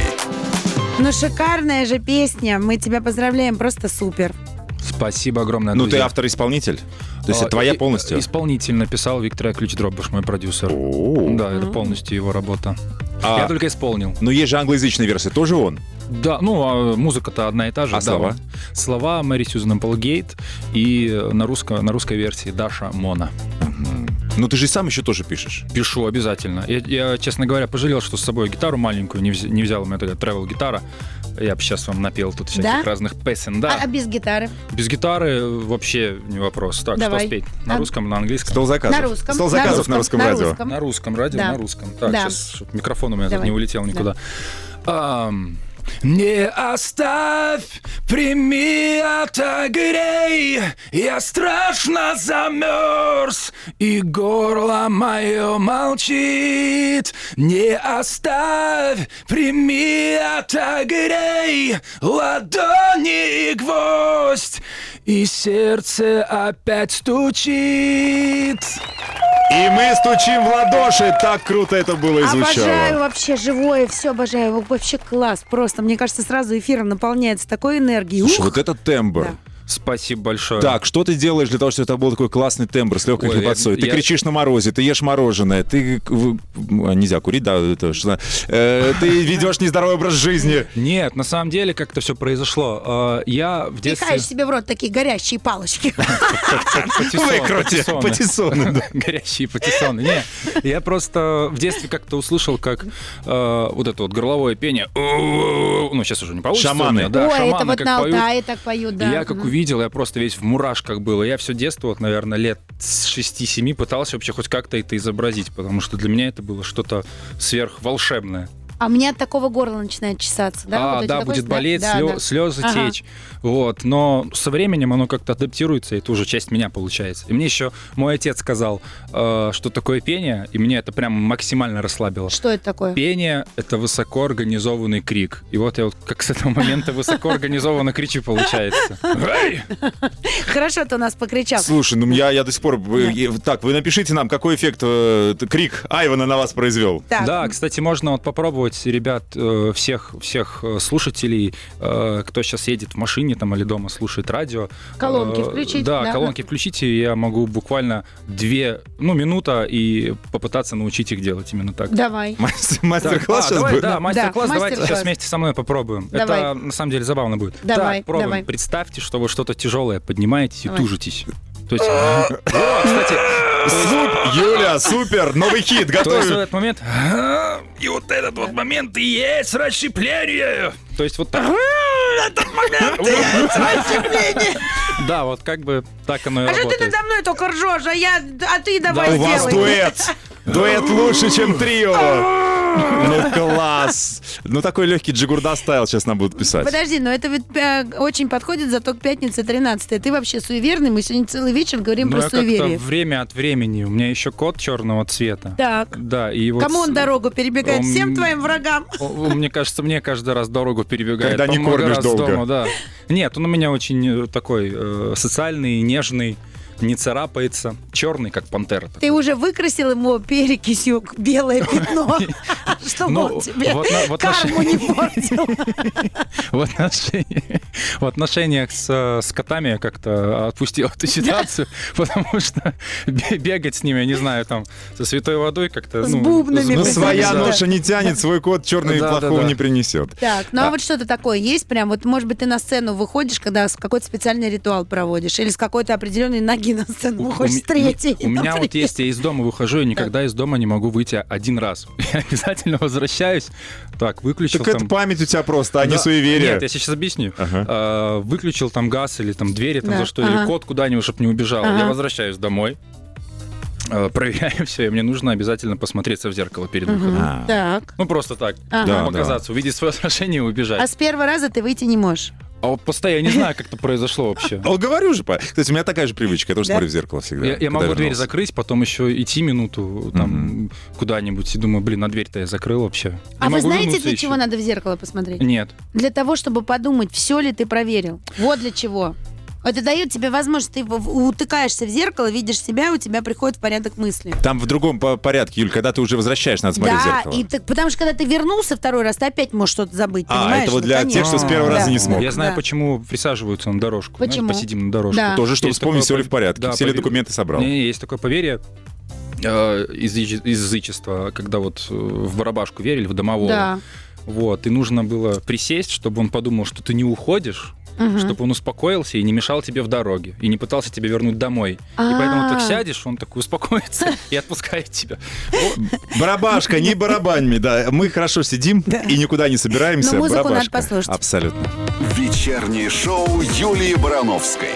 Speaker 2: Ну, шикарная же песня. Мы тебя поздравляем, просто супер.
Speaker 5: Спасибо огромное,
Speaker 3: Ну, ты
Speaker 5: друзья.
Speaker 3: автор-исполнитель? То есть
Speaker 5: А,
Speaker 3: это твоя
Speaker 5: и-
Speaker 3: полностью?
Speaker 5: Исполнитель написал Виктор Ключ Дробыш, мой продюсер.
Speaker 3: О.
Speaker 5: Да, это полностью его работа.
Speaker 3: А-
Speaker 5: Я только исполнил.
Speaker 3: Но есть же англоязычная версия, тоже он.
Speaker 5: Да, ну, а музыка-то одна и та же.
Speaker 3: А
Speaker 5: да,
Speaker 3: слова?
Speaker 5: вот. Слова Мэри Сьюзен Полгейт и э, на, русско, на русской версии Даша Мона.
Speaker 3: Но ты же сам еще тоже пишешь.
Speaker 5: Пишу обязательно. Я, я, честно говоря, пожалел, что с собой гитару маленькую не, взя- не взял. У меня такая travel-гитара. Я бы сейчас вам напел тут
Speaker 2: Да?
Speaker 5: всяких разных песен. Да,
Speaker 2: А, а без гитары?
Speaker 5: без гитары вообще не вопрос. Так,
Speaker 2: Давай.
Speaker 5: что спеть? На
Speaker 2: А-
Speaker 5: русском, на английском?
Speaker 3: Стол заказов.
Speaker 2: На русском.
Speaker 3: Стол заказов на русском, радио.
Speaker 2: русском.
Speaker 5: На русском радио,
Speaker 2: Да.
Speaker 5: на русском. Так,
Speaker 2: Да.
Speaker 5: сейчас, чтоб микрофон у меня тут
Speaker 2: Давай.
Speaker 5: не улетел никуда. Ам, Не оставь, прими от огрей, Я страшно замерз, и горло мое молчит. Не оставь, прими от огрей, Ладони и гвоздь, и сердце опять стучит.
Speaker 3: И мы стучим в ладоши. Так круто это было и
Speaker 2: Обожаю
Speaker 3: звучало.
Speaker 2: вообще живое, все обожаю. Вообще класс. Просто, мне кажется, сразу эфиром наполняется такой энергией.
Speaker 3: Слушай,
Speaker 2: Ух!
Speaker 3: вот это тембр.
Speaker 2: Да.
Speaker 5: Спасибо большое.
Speaker 3: Так, что ты делаешь для того, чтобы это был такой классный тембр с легкой
Speaker 5: Ой, я-
Speaker 3: хлебацой? Ты
Speaker 5: я-
Speaker 3: кричишь на морозе, ты ешь мороженое, ты... к- в- а, Нельзя курить, да, это что- Э, Ты ведешь нездоровый образ жизни.
Speaker 5: Нет, на самом деле как это все произошло. Э, Я в детстве...
Speaker 2: Пихаешь себе в рот такие горящие палочки.
Speaker 5: Патиссон,
Speaker 3: Выкрути,
Speaker 5: патиссоны.
Speaker 3: патиссоны,
Speaker 5: [laughs]
Speaker 3: да.
Speaker 5: Горящие патиссоны. Не, я просто в детстве как-то услышал, как э, вот это вот горловое пение. Ну, сейчас уже не получится. у меня,
Speaker 3: Шаманы.
Speaker 5: Да,
Speaker 2: Ой, это
Speaker 5: шаманы
Speaker 2: вот
Speaker 5: как
Speaker 2: на
Speaker 5: поют.
Speaker 2: Алтае так поют, да.
Speaker 5: И Я как
Speaker 2: Мгм.
Speaker 5: увидел, я просто весь в мурашках был. И я все детство, вот, наверное, лет с 6-7 пытался вообще хоть как-то это изобразить, потому что для меня это было что-то сверхволшебное.
Speaker 2: А у меня от такого горла начинает чесаться, да?
Speaker 5: а,
Speaker 2: Вот у тебя
Speaker 5: да,
Speaker 2: такой
Speaker 5: будет
Speaker 2: сна-
Speaker 5: болеть,
Speaker 2: Да,
Speaker 5: слё-
Speaker 2: да.
Speaker 5: слезы
Speaker 2: Ага.
Speaker 5: течь. Вот. Но со временем оно как-то адаптируется, и это уже часть меня получается. И мне еще мой отец сказал, э, что такое пение, и меня это прям максимально расслабило.
Speaker 2: Что это такое?
Speaker 5: Пение — это высокоорганизованный крик. И вот я вот как с этого момента высокоорганизованно кричу, получается. Эй!
Speaker 2: Хорошо, ты у нас покричал.
Speaker 3: Слушай, ну я, я до сих пор... э, э, Так, вы напишите нам, какой эффект э, т- крик Айвана на вас произвел.
Speaker 2: Так,
Speaker 5: Да, кстати, можно вот попробовать, ребят, э, всех, всех э, слушателей, э, кто сейчас едет в машине там или дома, слушает радио.
Speaker 2: Колонки
Speaker 5: э,
Speaker 2: включить,
Speaker 5: Да,
Speaker 2: да.
Speaker 5: колонки включите, и я могу буквально две, ну, минута и попытаться научить их делать именно так.
Speaker 2: давай.
Speaker 3: Мастер-
Speaker 5: Так,
Speaker 3: Мастер-класс
Speaker 5: а,
Speaker 3: сейчас
Speaker 5: давай,
Speaker 3: будет.
Speaker 5: Да, мастер-класс,
Speaker 2: Да,
Speaker 5: давайте
Speaker 2: мастер-класс.
Speaker 5: сейчас вместе со мной попробуем.
Speaker 2: Давай.
Speaker 5: Это на самом деле забавно будет.
Speaker 2: Давай,
Speaker 5: так, пробуем.
Speaker 2: давай.
Speaker 5: Представьте, что вы что-то тяжелое поднимаете
Speaker 2: Давай.
Speaker 5: и тужитесь. То есть, а? О, кстати,
Speaker 3: Суп- Юля, супер, новый хит,
Speaker 5: То есть вот
Speaker 3: готовим.
Speaker 5: этот момент. И вот этот вот момент и есть расщепление. То есть вот так.
Speaker 2: этот момент ощепление.
Speaker 5: [laughs] Да, вот как бы так оно и
Speaker 2: А что ты
Speaker 5: работает.
Speaker 2: надо мной только ржешь, а я, а ты давай
Speaker 6: Да у вас
Speaker 2: сделай.
Speaker 6: дуэт! Дуэт лучше, чем трио!
Speaker 3: Ну класс! Ну такой легкий джигурда стайл сейчас нам будут писать.
Speaker 2: Подожди, но это ведь э, очень подходит зато к пятнице 13 Ты вообще суеверный, мы сегодня целый вечер говорим про
Speaker 5: Но Ну, я как-то
Speaker 2: суеверие.
Speaker 5: время от времени. У меня еще кот черного цвета.
Speaker 2: Так,
Speaker 5: Да, и вот...
Speaker 2: кому он дорогу перебегает?
Speaker 5: он-
Speaker 2: Всем твоим врагам?
Speaker 5: О, Мне кажется, мне каждый раз дорогу перебегает.
Speaker 6: Когда не
Speaker 5: По много
Speaker 6: кормишь
Speaker 5: раз
Speaker 6: долго.
Speaker 5: дома, да. Нет, он у меня очень э, такой э, социальный, нежный, не царапается. Черный, как пантера.
Speaker 2: Ты уже выкрасил ему перекисью белое
Speaker 5: [laughs]
Speaker 2: пятно, чтобы
Speaker 5: Ну,
Speaker 2: он тебе
Speaker 5: вот на- вот наши-
Speaker 2: карму не портил.
Speaker 5: [laughs] В, отношении- в отношениях с, э, с котами я как-то отпустил
Speaker 2: [laughs]
Speaker 5: эту ситуацию, потому что бе- бегать с ними, я не знаю, там, со святой водой как-то...
Speaker 2: С
Speaker 5: ну,
Speaker 2: бубнами,
Speaker 5: с-
Speaker 2: Ну,
Speaker 6: Ну, своя
Speaker 5: да.
Speaker 2: [laughs]
Speaker 6: ноша не тянет, свой кот черный
Speaker 5: Да, да,
Speaker 6: плохого
Speaker 5: да.
Speaker 6: не принесет.
Speaker 2: Так, ну а
Speaker 6: А-
Speaker 2: вот что-то такое есть? Прям вот, может быть, ты на сцену выходишь, когда с- какой-то специальный ритуал проводишь, или с какой-то определенной ноги на сцену
Speaker 5: У-
Speaker 2: выходишь,
Speaker 5: у
Speaker 2: с
Speaker 5: ме-
Speaker 2: третьей.
Speaker 5: У меня
Speaker 2: на
Speaker 5: вот
Speaker 2: третьей.
Speaker 5: есть, я из дома выхожу, и никогда из дома не могу выйти один раз. [laughs] Я обязательно возвращаюсь. Так, выключил
Speaker 6: Так это
Speaker 5: там...
Speaker 6: память у тебя просто, а не
Speaker 5: Да.
Speaker 6: суеверие.
Speaker 5: Нет, я сейчас объясню.
Speaker 6: Ага.
Speaker 5: А, Выключил там газ или там двери, там
Speaker 2: Да,
Speaker 5: за что,
Speaker 2: ага.
Speaker 5: или кот куда-нибудь, чтобы не убежал.
Speaker 2: Ага.
Speaker 5: Я возвращаюсь домой, а, проверяю [laughs] все, и мне нужно обязательно посмотреться в зеркало перед выходом.
Speaker 2: Мгм. Так.
Speaker 5: Ну, просто так,
Speaker 2: Ага.
Speaker 6: Да,
Speaker 5: показаться, увидеть свое отражение и убежать.
Speaker 2: А с первого раза ты выйти не можешь.
Speaker 5: А вот постоянно, я не знаю, как это
Speaker 3: [laughs]
Speaker 5: произошло вообще.
Speaker 3: Ну, говорю же, Па. кстати, у меня такая же привычка, я тоже
Speaker 2: Да?
Speaker 3: смотрю в зеркало всегда.
Speaker 5: Я, я
Speaker 3: когда
Speaker 5: могу дверь
Speaker 3: вернулся.
Speaker 5: закрыть, потом еще идти минуту там куда-нибудь и думаю, блин, а дверь-то я закрыл вообще.
Speaker 2: А
Speaker 5: Не
Speaker 2: вы
Speaker 5: могу
Speaker 2: знаете,
Speaker 5: вернуться
Speaker 2: для
Speaker 5: еще.
Speaker 2: чего надо в зеркало посмотреть?
Speaker 5: Нет.
Speaker 2: Для того, чтобы подумать, все ли ты проверил. Вот для чего. Это дает тебе возможность, ты в- утыкаешься в зеркало, видишь себя, у тебя приходит в порядок мысли.
Speaker 3: Там в другом по- порядке, Юль, когда ты уже возвращаешь, надо смотреть в
Speaker 2: да,
Speaker 3: зеркало.
Speaker 2: и так, потому что когда ты вернулся второй раз, ты опять можешь что-то забыть,
Speaker 6: А,
Speaker 2: понимаешь?
Speaker 6: это вот
Speaker 2: Ну,
Speaker 6: для
Speaker 2: конечно.
Speaker 6: тех, что с первого
Speaker 2: Да.
Speaker 6: раза не смог.
Speaker 5: Я знаю,
Speaker 2: Да.
Speaker 5: почему присаживаются на дорожку. Знаешь,
Speaker 2: Почему?
Speaker 5: Посидим на дорожку.
Speaker 2: Да.
Speaker 3: Тоже, чтобы
Speaker 5: Есть
Speaker 3: вспомнить,
Speaker 5: такое
Speaker 3: все ли в
Speaker 5: пов-
Speaker 3: порядке,
Speaker 5: да,
Speaker 3: все ли
Speaker 5: пове-
Speaker 3: документы собрал.
Speaker 5: Не, есть такое поверье э, из язы- из язычества, когда вот э, в барабашку верили, в домового.
Speaker 2: Да.
Speaker 5: Вот, и нужно было присесть, чтобы он подумал, что ты не уходишь,
Speaker 2: Мгм.
Speaker 5: чтобы он успокоился и не мешал тебе в дороге, и не пытался тебя вернуть домой. И поэтому ты так
Speaker 2: А.
Speaker 5: сядешь, он такой успокоится [laughs] и отпускает тебя.
Speaker 6: Барабашка, не барабаньми, да. Мы хорошо сидим и никуда не собираемся.
Speaker 2: Но музыку надо
Speaker 6: Барабашка.
Speaker 2: послушать.
Speaker 6: Абсолютно.
Speaker 1: Вечернее шоу Юлии Барановской.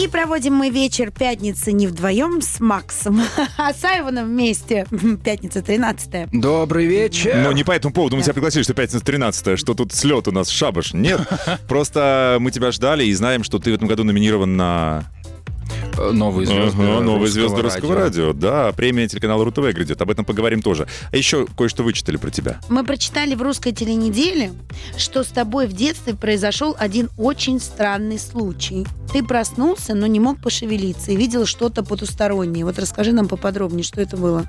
Speaker 2: И проводим мы вечер пятницы не вдвоем с Максом, [laughs] а с Айвоном вместе. Пятница 13
Speaker 5: Добрый вечер.
Speaker 3: Но не по этому поводу мы тебя пригласили, что пятница 13 что тут слет у нас шабаш.
Speaker 5: [laughs]
Speaker 3: Нет, просто мы тебя ждали и знаем, что ты в этом году номинирован на
Speaker 5: Э, Новые звезды.
Speaker 3: Ага, новые
Speaker 5: русского
Speaker 3: звезды русского радио. Да, премия телеканала РУ-ТВ грядет. Об этом поговорим тоже. А еще кое-что вычитали про тебя.
Speaker 2: Мы прочитали в русской теленеделе, что с тобой в детстве произошел один очень странный случай. Ты проснулся, но не мог пошевелиться и видел что-то потустороннее. Вот расскажи нам поподробнее, что это было.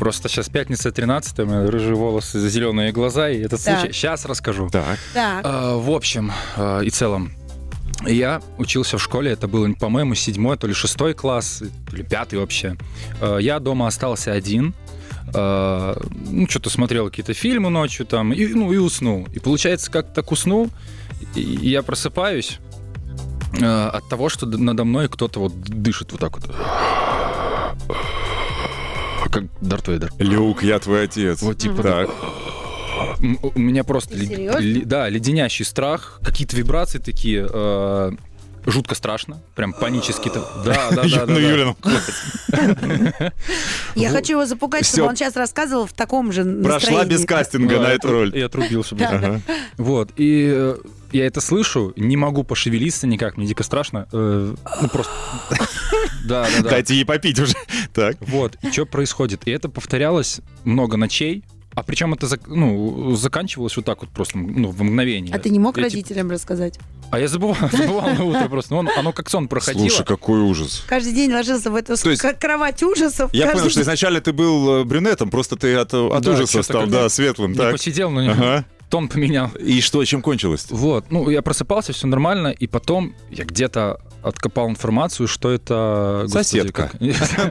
Speaker 5: Просто сейчас пятница 13 у меня рыжие волосы, зеленые глаза, и этот
Speaker 2: Так.
Speaker 5: случай... Сейчас расскажу.
Speaker 3: Так.
Speaker 6: А,
Speaker 2: Так.
Speaker 5: Э, В общем э, и целом, я учился в школе, это был, по-моему, седьмой, то ли шестой класс, или пятый вообще. Э, Я дома остался один, э, ну, что-то смотрел какие-то фильмы ночью там, и, ну, и уснул. И получается, как так уснул, и и я просыпаюсь э, от того, что д- надо мной кто-то вот дышит вот так вот. Как Дарт Вейдер.
Speaker 3: Люк, я твой отец.
Speaker 5: Вот типа
Speaker 3: Так. [laughs]
Speaker 5: М- У меня просто
Speaker 2: Ты
Speaker 5: лед-
Speaker 2: серьёзно?
Speaker 5: ле- да, леденящий страх, какие-то вибрации такие. э, Жутко страшно, прям панически. то Да, да,
Speaker 3: [laughs]
Speaker 5: да, да,
Speaker 3: Ну,
Speaker 5: да.
Speaker 3: Юля, ну,
Speaker 2: Я хочу его запугать, чтобы
Speaker 3: всё.
Speaker 2: он сейчас рассказывал в таком же
Speaker 6: Прошла без
Speaker 2: настроении.
Speaker 6: кастинга
Speaker 5: Да,
Speaker 6: на
Speaker 5: я
Speaker 6: эту
Speaker 5: тру-
Speaker 6: роль.
Speaker 5: Я отрубился. блин.
Speaker 2: Да,
Speaker 6: Ага.
Speaker 5: Вот, и э, я это слышу, не могу пошевелиться никак, мне дико страшно. э,
Speaker 2: [laughs]
Speaker 5: Ну, просто... Да, да, да.
Speaker 6: Дайте ей попить
Speaker 3: [laughs]
Speaker 6: уже. Так.
Speaker 5: Вот, и что происходит? И это повторялось много ночей, а причем это зак- ну, заканчивалось вот так вот просто, ну, в мгновение.
Speaker 2: А ты не мог
Speaker 5: Я, типа,
Speaker 2: родителям рассказать?
Speaker 5: А я забывал, [laughs] забывал на утро просто. Ну, он- оно как сон проходило.
Speaker 3: Слушай, какой ужас.
Speaker 2: Каждый день ложился в эту
Speaker 3: То есть-
Speaker 2: к- кровать ужасов.
Speaker 6: Я
Speaker 2: каждый
Speaker 6: понял, что
Speaker 2: день.
Speaker 6: изначально ты был э, брюнетом, просто ты от, э, от
Speaker 5: Да,
Speaker 6: ужаса
Speaker 5: чё-то
Speaker 6: стал,
Speaker 5: как
Speaker 6: да,
Speaker 5: бы
Speaker 6: светлым.
Speaker 5: Не
Speaker 6: Так.
Speaker 5: посидел, но
Speaker 6: Ага.
Speaker 5: тон поменял.
Speaker 3: И что, чем кончилось?
Speaker 5: Вот, ну, я просыпался, все нормально, и потом я где-то откопал информацию, что это... господи,
Speaker 3: Соседка.
Speaker 5: как-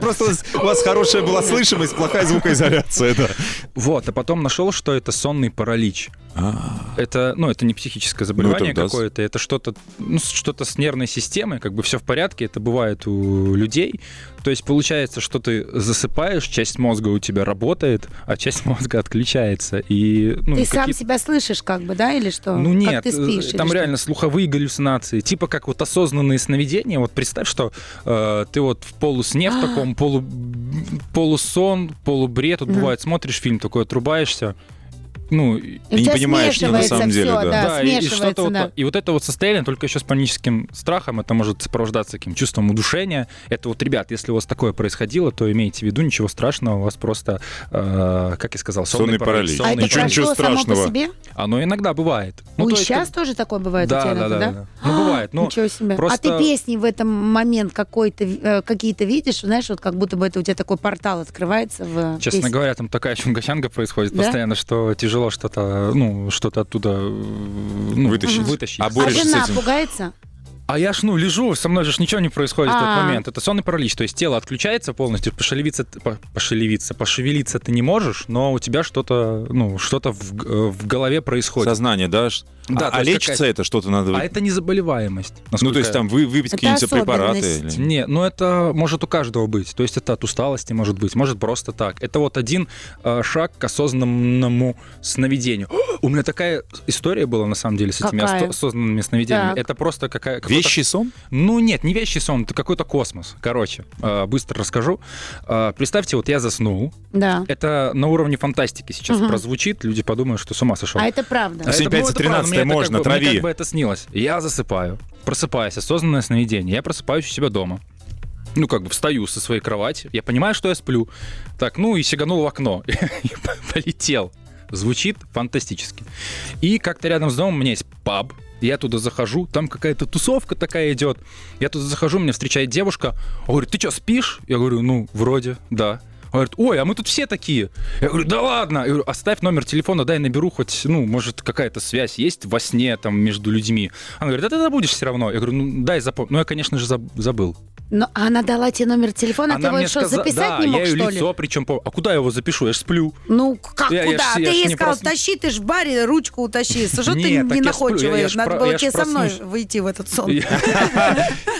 Speaker 6: [laughs]
Speaker 5: [laughs]
Speaker 6: Просто у вас- у вас хорошая была слышимость, плохая звукоизоляция, да.
Speaker 5: Вот, а потом нашел, что это сонный паралич.
Speaker 6: А,
Speaker 5: Это, ну, это не психическое заболевание
Speaker 3: да, с-
Speaker 5: какое-то, это что-то, ну, с- что-то с нервной системой, как бы все в порядке, это бывает у людей. То есть получается, что ты засыпаешь, часть мозга у тебя работает, а часть мозга отключается. И, ну,
Speaker 2: ты
Speaker 5: какие-то-
Speaker 2: сам себя слышишь, как бы, да, или что?
Speaker 5: Ну
Speaker 2: Как
Speaker 5: нет,
Speaker 2: ты спишь?
Speaker 5: э, там
Speaker 2: или что?
Speaker 5: реально слуховые галлюцинации, типа как вот осознанные сновидения. Вот представь, что э, ты вот в полусне
Speaker 2: А!
Speaker 5: в таком, полу, полусон, полубред, вот
Speaker 2: Мгм.
Speaker 5: бывает, смотришь фильм такой, отрубаешься, ну и-
Speaker 2: И у
Speaker 6: не
Speaker 2: тебя
Speaker 6: понимаешь, что на
Speaker 2: смешивается
Speaker 6: самом деле,
Speaker 2: всё,
Speaker 6: да.
Speaker 2: да,
Speaker 5: да, и- и,
Speaker 2: смешивается,
Speaker 5: что-то вот
Speaker 2: да.
Speaker 5: та- и вот это вот состояние только еще с паническим страхом, это может сопровождаться таким чувством удушения. Это вот, ребят, если у вас такое происходило, то имейте в виду, ничего страшного, у вас просто, э, как я сказал, сонный,
Speaker 6: Сонный паралич.
Speaker 2: А
Speaker 5: сонный
Speaker 2: это
Speaker 6: Ничего-
Speaker 5: паралич.
Speaker 6: ничего
Speaker 2: прошло само по
Speaker 6: страшного.
Speaker 2: себе?
Speaker 5: Оно иногда бывает.
Speaker 2: Ну,
Speaker 5: то
Speaker 2: и
Speaker 5: есть как-
Speaker 2: сейчас тоже такое бывает у
Speaker 5: да,
Speaker 2: тебя
Speaker 5: да,
Speaker 2: иногда,
Speaker 5: да, да. Ну, бывает. Ну,
Speaker 2: Ничего себе. А ты
Speaker 5: просто-
Speaker 2: песни в этом момент какой-то, э, какие-то видишь, знаешь, вот как будто бы это у тебя такой портал открывается в э,
Speaker 5: Честно
Speaker 2: песне.
Speaker 5: говоря, там такая чунгачанга происходит
Speaker 2: Да?
Speaker 5: постоянно, что тяжело что-то, ну, что-то оттуда э, ну,
Speaker 6: Вытащить.
Speaker 5: вытащить.
Speaker 6: А
Speaker 2: А
Speaker 6: борешься с
Speaker 2: жена
Speaker 6: этим?
Speaker 2: пугается?
Speaker 5: А я ж, ну, лежу, со мной же ж ничего не происходит в
Speaker 2: А.
Speaker 5: этот момент. Это сонный паралич, то есть тело отключается полностью, пошевелиться, ты- по- пошевелиться, пошевелиться ты не можешь, но у тебя что-то, ну, что-то в, г- э, в голове происходит.
Speaker 6: Сознание, да? ш-
Speaker 5: Да,
Speaker 6: а,
Speaker 5: то
Speaker 6: а
Speaker 5: есть
Speaker 6: лечится
Speaker 5: какая-
Speaker 6: это что-то надо?
Speaker 5: А это незаболеваемость.
Speaker 6: ну,
Speaker 5: насколько
Speaker 6: то есть
Speaker 5: я-
Speaker 6: там вы выпить
Speaker 2: Это
Speaker 6: какие-нибудь препараты?
Speaker 2: особенность.
Speaker 6: или-
Speaker 5: Не, ну это может у каждого быть. То есть это от усталости может быть, может просто так. Это вот один э, шаг к осознанному сновидению. [gasps] О, у меня такая история была на самом деле с этими
Speaker 2: Какая?
Speaker 5: осто- осознанными сновидениями.
Speaker 2: Так.
Speaker 5: Это просто какая
Speaker 6: [laughs]
Speaker 5: какой-то-
Speaker 6: Вещий
Speaker 2: [laughs]
Speaker 6: сон?
Speaker 5: Ну нет, не вещий сон, это какой-то космос. Короче, э, быстро расскажу. Э, представьте, вот я заснул.
Speaker 2: Да.
Speaker 5: Это на уровне фантастики сейчас
Speaker 2: Мгм.
Speaker 5: прозвучит. Люди подумают, что с ума сошел.
Speaker 2: А это правда.
Speaker 5: А это-
Speaker 6: Семь, пять,
Speaker 5: ну, это правда,
Speaker 6: 13,
Speaker 5: мне это как
Speaker 6: можно,
Speaker 5: бы- мне
Speaker 6: трави.
Speaker 5: как бы это снилось. Я засыпаю, просыпаюсь, осознанное сновидение. Я просыпаюсь у себя дома. Ну, как бы встаю со своей кровати. Я понимаю, что я сплю. Так, ну и сиганул в окно. [laughs] И полетел. Звучит фантастически. И как-то рядом с домом у меня есть паб. Я туда захожу, там какая-то тусовка такая идет. Я туда захожу, меня встречает девушка. Она говорит, ты что, спишь? Я говорю, ну, вроде, да. Она говорит, ой, а мы тут все такие. Я говорю, да ладно. Я говорю, оставь номер телефона, дай наберу хоть, ну, может, какая-то связь есть во сне там между людьми. Она говорит, да ты забудешь все равно. Я говорю, ну, дай запомню. Ну, я, конечно же, заб- забыл.
Speaker 2: Но а она дала тебе номер телефона, ты его что,
Speaker 5: сказа-
Speaker 2: записать
Speaker 5: да,
Speaker 2: не мог,
Speaker 5: я ее
Speaker 2: что ли?
Speaker 5: лицо, причем, пом- а куда я его запишу? Я же сплю.
Speaker 2: Ну, как
Speaker 5: Я- я
Speaker 2: куда?
Speaker 5: ж- я
Speaker 2: ты
Speaker 5: ж
Speaker 2: ей
Speaker 5: не
Speaker 2: сказал,
Speaker 5: просну-
Speaker 2: тащи, ты ж в баре ручку утащи.
Speaker 5: [laughs]
Speaker 2: Что ж ты
Speaker 5: Не, так я
Speaker 2: не
Speaker 5: сплю,
Speaker 2: находчивый?
Speaker 5: я- я ж
Speaker 2: Надо
Speaker 5: про-
Speaker 2: было
Speaker 5: я ж
Speaker 2: тебе со мной
Speaker 5: проснусь.
Speaker 2: выйти в этот сон.
Speaker 5: [laughs]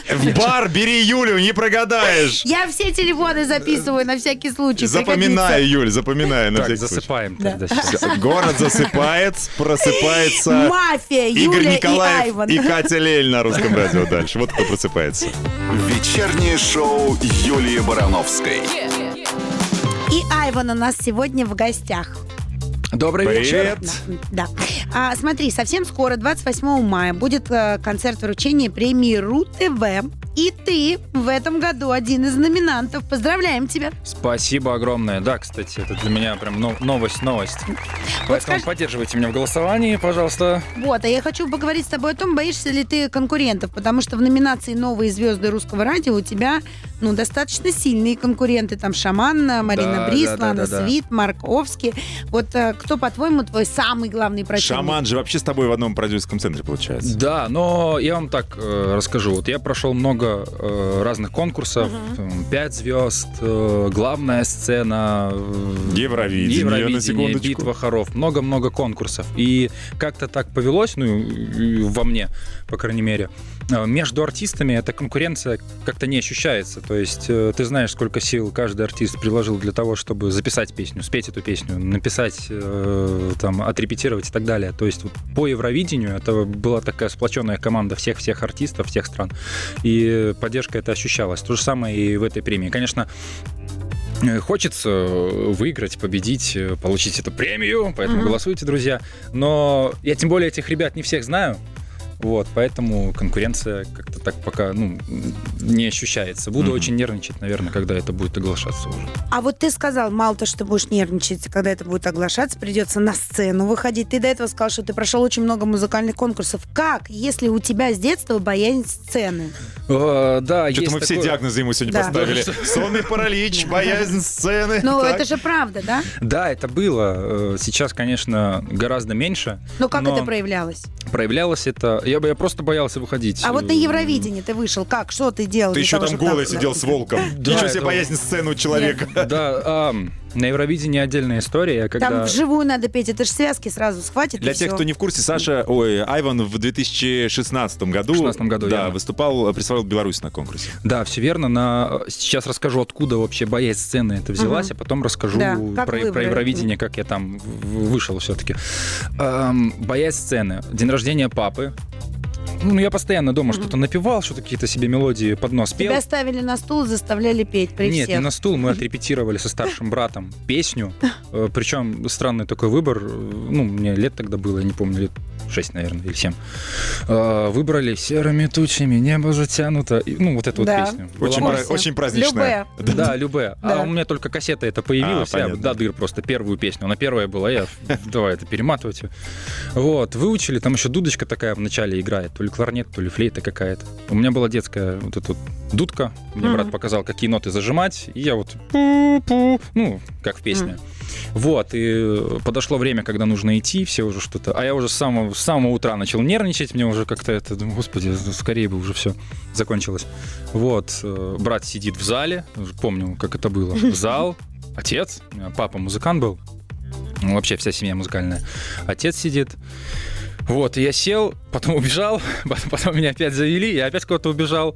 Speaker 5: Я-
Speaker 6: В бар бери Юлю, не
Speaker 2: [laughs]
Speaker 6: прогадаешь.
Speaker 2: Я все телефоны записываю на всякий случай.
Speaker 6: Запоминай, Юль, запоминай на
Speaker 5: Так,
Speaker 6: Ну, всякий случай.
Speaker 5: засыпаем
Speaker 2: Да.
Speaker 5: тогда сейчас.
Speaker 6: Город
Speaker 2: [laughs]
Speaker 6: засыпает,
Speaker 2: пригодится.
Speaker 6: просыпается
Speaker 2: Мафия,
Speaker 6: Игорь
Speaker 2: Юля и
Speaker 6: Николаев
Speaker 2: Айван.
Speaker 6: и Катя Лель на русском радио дальше. Вот кто просыпается.
Speaker 1: Вечернее шоу Юлии Барановской.
Speaker 2: И Айван у нас сегодня в гостях.
Speaker 5: Добрый
Speaker 6: Привет.
Speaker 2: Да. А, смотри, совсем скоро, 28 мая, будет э, концерт вручения премии РУ-ТВ. И ты в этом году один из номинантов. Поздравляем тебя.
Speaker 5: Спасибо огромное. Да, кстати, это для меня прям но- новость, новость. Поэтому
Speaker 2: скажи-
Speaker 5: поддерживайте меня в голосовании, пожалуйста.
Speaker 2: Вот, а я хочу поговорить с тобой о том, боишься ли ты конкурентов, потому что в номинации «Новые звезды русского радио» у тебя, ну, достаточно сильные конкуренты. Там Шаманна, Марина
Speaker 5: да,
Speaker 2: Брис,
Speaker 5: да, да,
Speaker 2: Лана
Speaker 5: да.
Speaker 2: Свит, Марк Овский. Вот э, кто, по-твоему, твой самый главный противник?
Speaker 6: Шаман же вообще с тобой в одном продюсерском центре получается.
Speaker 5: Да, но я вам так э, расскажу. Вот я прошел много э, разных конкурсов. Там, Пять звезд, э, главная сцена, э,
Speaker 6: Евровидение, на секундочку.
Speaker 5: битва хоров, много-много конкурсов. И как-то так повелось, ну, и- и во мне, по крайней мере, э, между артистами эта конкуренция как-то не ощущается. То есть э, ты знаешь, сколько сил каждый артист приложил для того, чтобы записать песню, спеть эту песню, написать, э, там, отрепетировать и так далее. То есть вот по Евровидению это была такая сплоченная команда всех-всех артистов, всех стран. И поддержка это ощущалась. То же самое и в этой премии. Конечно, э, Хочется э, выиграть, победить, э, получить эту премию, поэтому
Speaker 2: Мгм.
Speaker 5: голосуйте, друзья. Но я тем более этих ребят не всех знаю, вот, поэтому конкуренция как-то так пока ну, не ощущается. Буду
Speaker 6: Мгм.
Speaker 5: очень нервничать, наверное, когда это будет оглашаться уже.
Speaker 2: А вот ты сказал, мало то, что ты будешь нервничать, когда это будет оглашаться, придется на сцену выходить. Ты до этого сказал, что ты прошел очень много музыкальных конкурсов. Как, если у тебя с детства боязнь сцены?
Speaker 5: Э, да,
Speaker 6: Что-то
Speaker 5: есть
Speaker 6: мы все
Speaker 5: такое.
Speaker 6: диагнозы ему сегодня
Speaker 2: Да.
Speaker 6: поставили. Сонный паралич, боязнь сцены.
Speaker 2: Ну,
Speaker 6: Так.
Speaker 2: это же правда, да?
Speaker 5: Да, это было. Э, Сейчас, конечно, гораздо меньше
Speaker 2: Но Ну, как
Speaker 5: Но-
Speaker 2: это проявлялось?
Speaker 5: проявлялось это. Я бы я просто боялся выходить.
Speaker 2: А вот на
Speaker 5: э,
Speaker 2: Евровидении ты вышел, как, что ты делал?
Speaker 6: Ты
Speaker 2: для
Speaker 6: еще
Speaker 2: того,
Speaker 6: там
Speaker 2: чтобы
Speaker 6: голый
Speaker 2: там-
Speaker 6: сидел с волком.
Speaker 5: Да,
Speaker 6: Ничего себе
Speaker 5: это-
Speaker 6: боязнь сцены у человека.
Speaker 5: Да, ам, На Евровидении отдельная история, когда...
Speaker 2: Там вживую надо петь, это же связки сразу схватит.
Speaker 3: Для
Speaker 2: и
Speaker 3: тех,
Speaker 2: всё.
Speaker 3: кто не в курсе, Саша, ой, Айван в 2016 году,
Speaker 5: 16 году,
Speaker 3: да,
Speaker 5: верно.
Speaker 3: выступал, представил Беларусь на конкурсе.
Speaker 5: Да, все верно. На... Сейчас расскажу, откуда вообще боязнь сцены это взялась,
Speaker 2: Мгм.
Speaker 5: а потом расскажу
Speaker 2: Да, как
Speaker 5: про, про
Speaker 2: выбрали.
Speaker 5: Евровидение, как я там в- вышел все-таки. боязнь сцены. День рождения папы. Ну, я постоянно дома что-то напевал, что-то какие-то себе мелодии под нос пел.
Speaker 2: Тебя ставили на стул, заставляли петь при
Speaker 5: Нет,
Speaker 2: всех.
Speaker 5: не на стул. Мы отрепетировали со старшим братом
Speaker 2: [laughs]
Speaker 5: песню. Причем странный такой выбор. Э, Ну, мне лет тогда было, я не помню, лет 6, наверное, или 7. Выбрали серыми тучами, небо затянуто. И, Ну, вот эту
Speaker 2: Да.
Speaker 5: вот песню. Была
Speaker 6: Очень,
Speaker 5: моя-
Speaker 6: пра-
Speaker 2: курсе.
Speaker 6: очень праздничная.
Speaker 5: Да, любэ.
Speaker 2: Да.
Speaker 5: А у меня только кассета это появилась,
Speaker 6: А,
Speaker 5: я
Speaker 6: понятно.
Speaker 5: до дыр просто первую песню. Она первая была, я давай это перематывать. Вот, выучили, там еще дудочка такая вначале играет, то ли кларнет, то ли флейта какая-то. У меня была детская вот эта вот дудка, мне
Speaker 2: Мгм.
Speaker 5: брат показал, какие ноты зажимать, и я вот пу-пу, ну, как в песне. Вот, и э, подошло время, когда нужно идти, все уже что-то. А я уже с самого, с самого утра начал нервничать, мне уже как-то это, думаю, господи, скорее бы уже все закончилось. Вот, э, брат сидит в зале, уже помню, как это было. Зал, отец, у меня папа музыкант был, ну, вообще вся семья музыкальная. Отец сидит, вот, и я сел, потом убежал, [laughs] потом, потом меня опять завели, я опять куда-то убежал.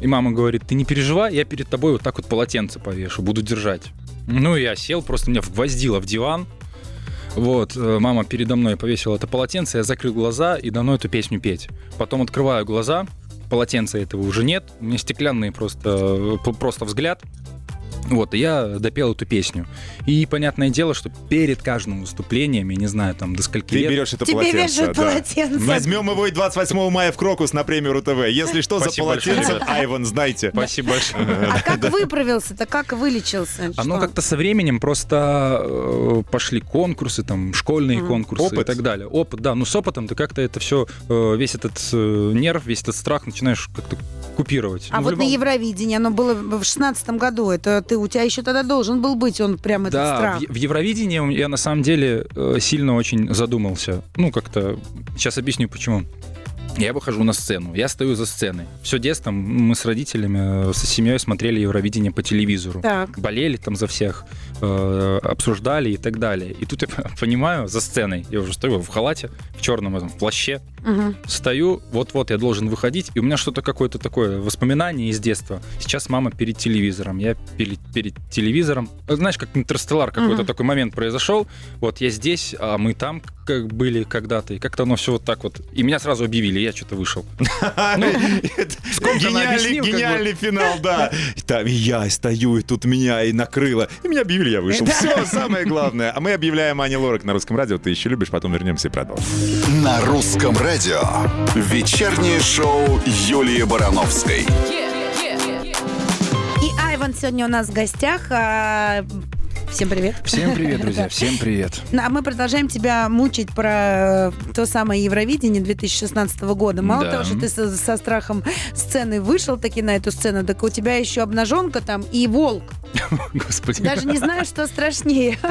Speaker 5: И мама говорит, ты не переживай, я перед тобой вот так вот полотенце повешу, буду держать. Ну, и я сел, просто меня вгвоздило в диван. Вот, э, мама передо мной повесила это полотенце, я закрыл глаза и давно эту песню петь. Потом открываю глаза, полотенца этого уже нет, у меня стеклянный просто, э, п- просто взгляд. Вот, и я допел эту песню. И понятное дело, что перед каждым выступлением, я не знаю, там, до скольки
Speaker 6: Ты
Speaker 5: лет...
Speaker 6: берешь это
Speaker 2: Тебе
Speaker 6: полотенце.
Speaker 2: вешают
Speaker 6: да.
Speaker 2: полотенце.
Speaker 6: Возьмем его и 28 мая в Крокус на премию РУ-ТВ. Если что, за
Speaker 5: Спасибо большое,
Speaker 6: полотенце, Айван, знайте.
Speaker 5: Спасибо большое.
Speaker 2: А
Speaker 5: [laughs]
Speaker 2: как выправился-то, как вылечился?
Speaker 5: Ну, Э, Оно
Speaker 2: Что?
Speaker 5: как-то со временем просто э, пошли конкурсы, там, школьные
Speaker 2: Мгм.
Speaker 5: конкурсы и
Speaker 6: Опыт.
Speaker 5: так далее. Опыт, да. Ну, с опытом ты как-то это все, весь этот э, нерв, весь этот страх начинаешь как-то купировать.
Speaker 2: А
Speaker 5: Ну, в
Speaker 2: вот
Speaker 5: любом-
Speaker 2: на Евровидении, оно было в шестнадцатом году, это ты, у тебя еще тогда должен был быть он прям этот
Speaker 5: Да,
Speaker 2: страх.
Speaker 5: в, Е- в Евровидении я на самом деле э, сильно очень задумался. Ну, как-то... Сейчас объясню, почему. Я выхожу на сцену, я стою за сценой. Все детство мы с родителями, э, со семьей смотрели Евровидение по телевизору.
Speaker 2: Так,
Speaker 5: болели там за всех, э, обсуждали и так далее. И тут я [laughs] понимаю, за сценой, я уже стою в халате, в черном этом, в плаще,
Speaker 2: мгм.
Speaker 5: стою, вот-вот я должен выходить, и у меня что-то какое-то такое воспоминание из детства. Сейчас мама перед телевизором, я перед, перед телевизором. Э, Знаешь, как интерстеллар какой-то
Speaker 2: Мгм.
Speaker 5: такой момент произошел, вот я здесь, а мы там как были когда-то, и как-то оно все вот так вот. И меня сразу объявили, я что-то вышел.
Speaker 6: Это Ну, Гениальный
Speaker 5: объяснил, как бы.
Speaker 6: гениальный финал, да. И Там и я стою, и тут меня и накрыло. И меня объявили, я вышел. Все, самое главное. А мы объявляем Ани Лорак на русском радио. Ты еще любишь, потом вернемся и продолжим.
Speaker 1: На русском радио. Вечернее шоу Юлии Барановской.
Speaker 2: И Айван сегодня у нас в гостях. а, Всем привет.
Speaker 5: Всем привет, друзья, всем привет.
Speaker 2: Ну, А мы продолжаем тебя мучить про э, то самое Евровидение 2016 года. Мало
Speaker 5: Да.
Speaker 2: того, что ты со, со страхом сцены вышел таки на эту сцену, так у тебя еще обнаженка там и волк.
Speaker 5: [laughs] Господи.
Speaker 2: Даже не знаю, что страшнее. [laughs]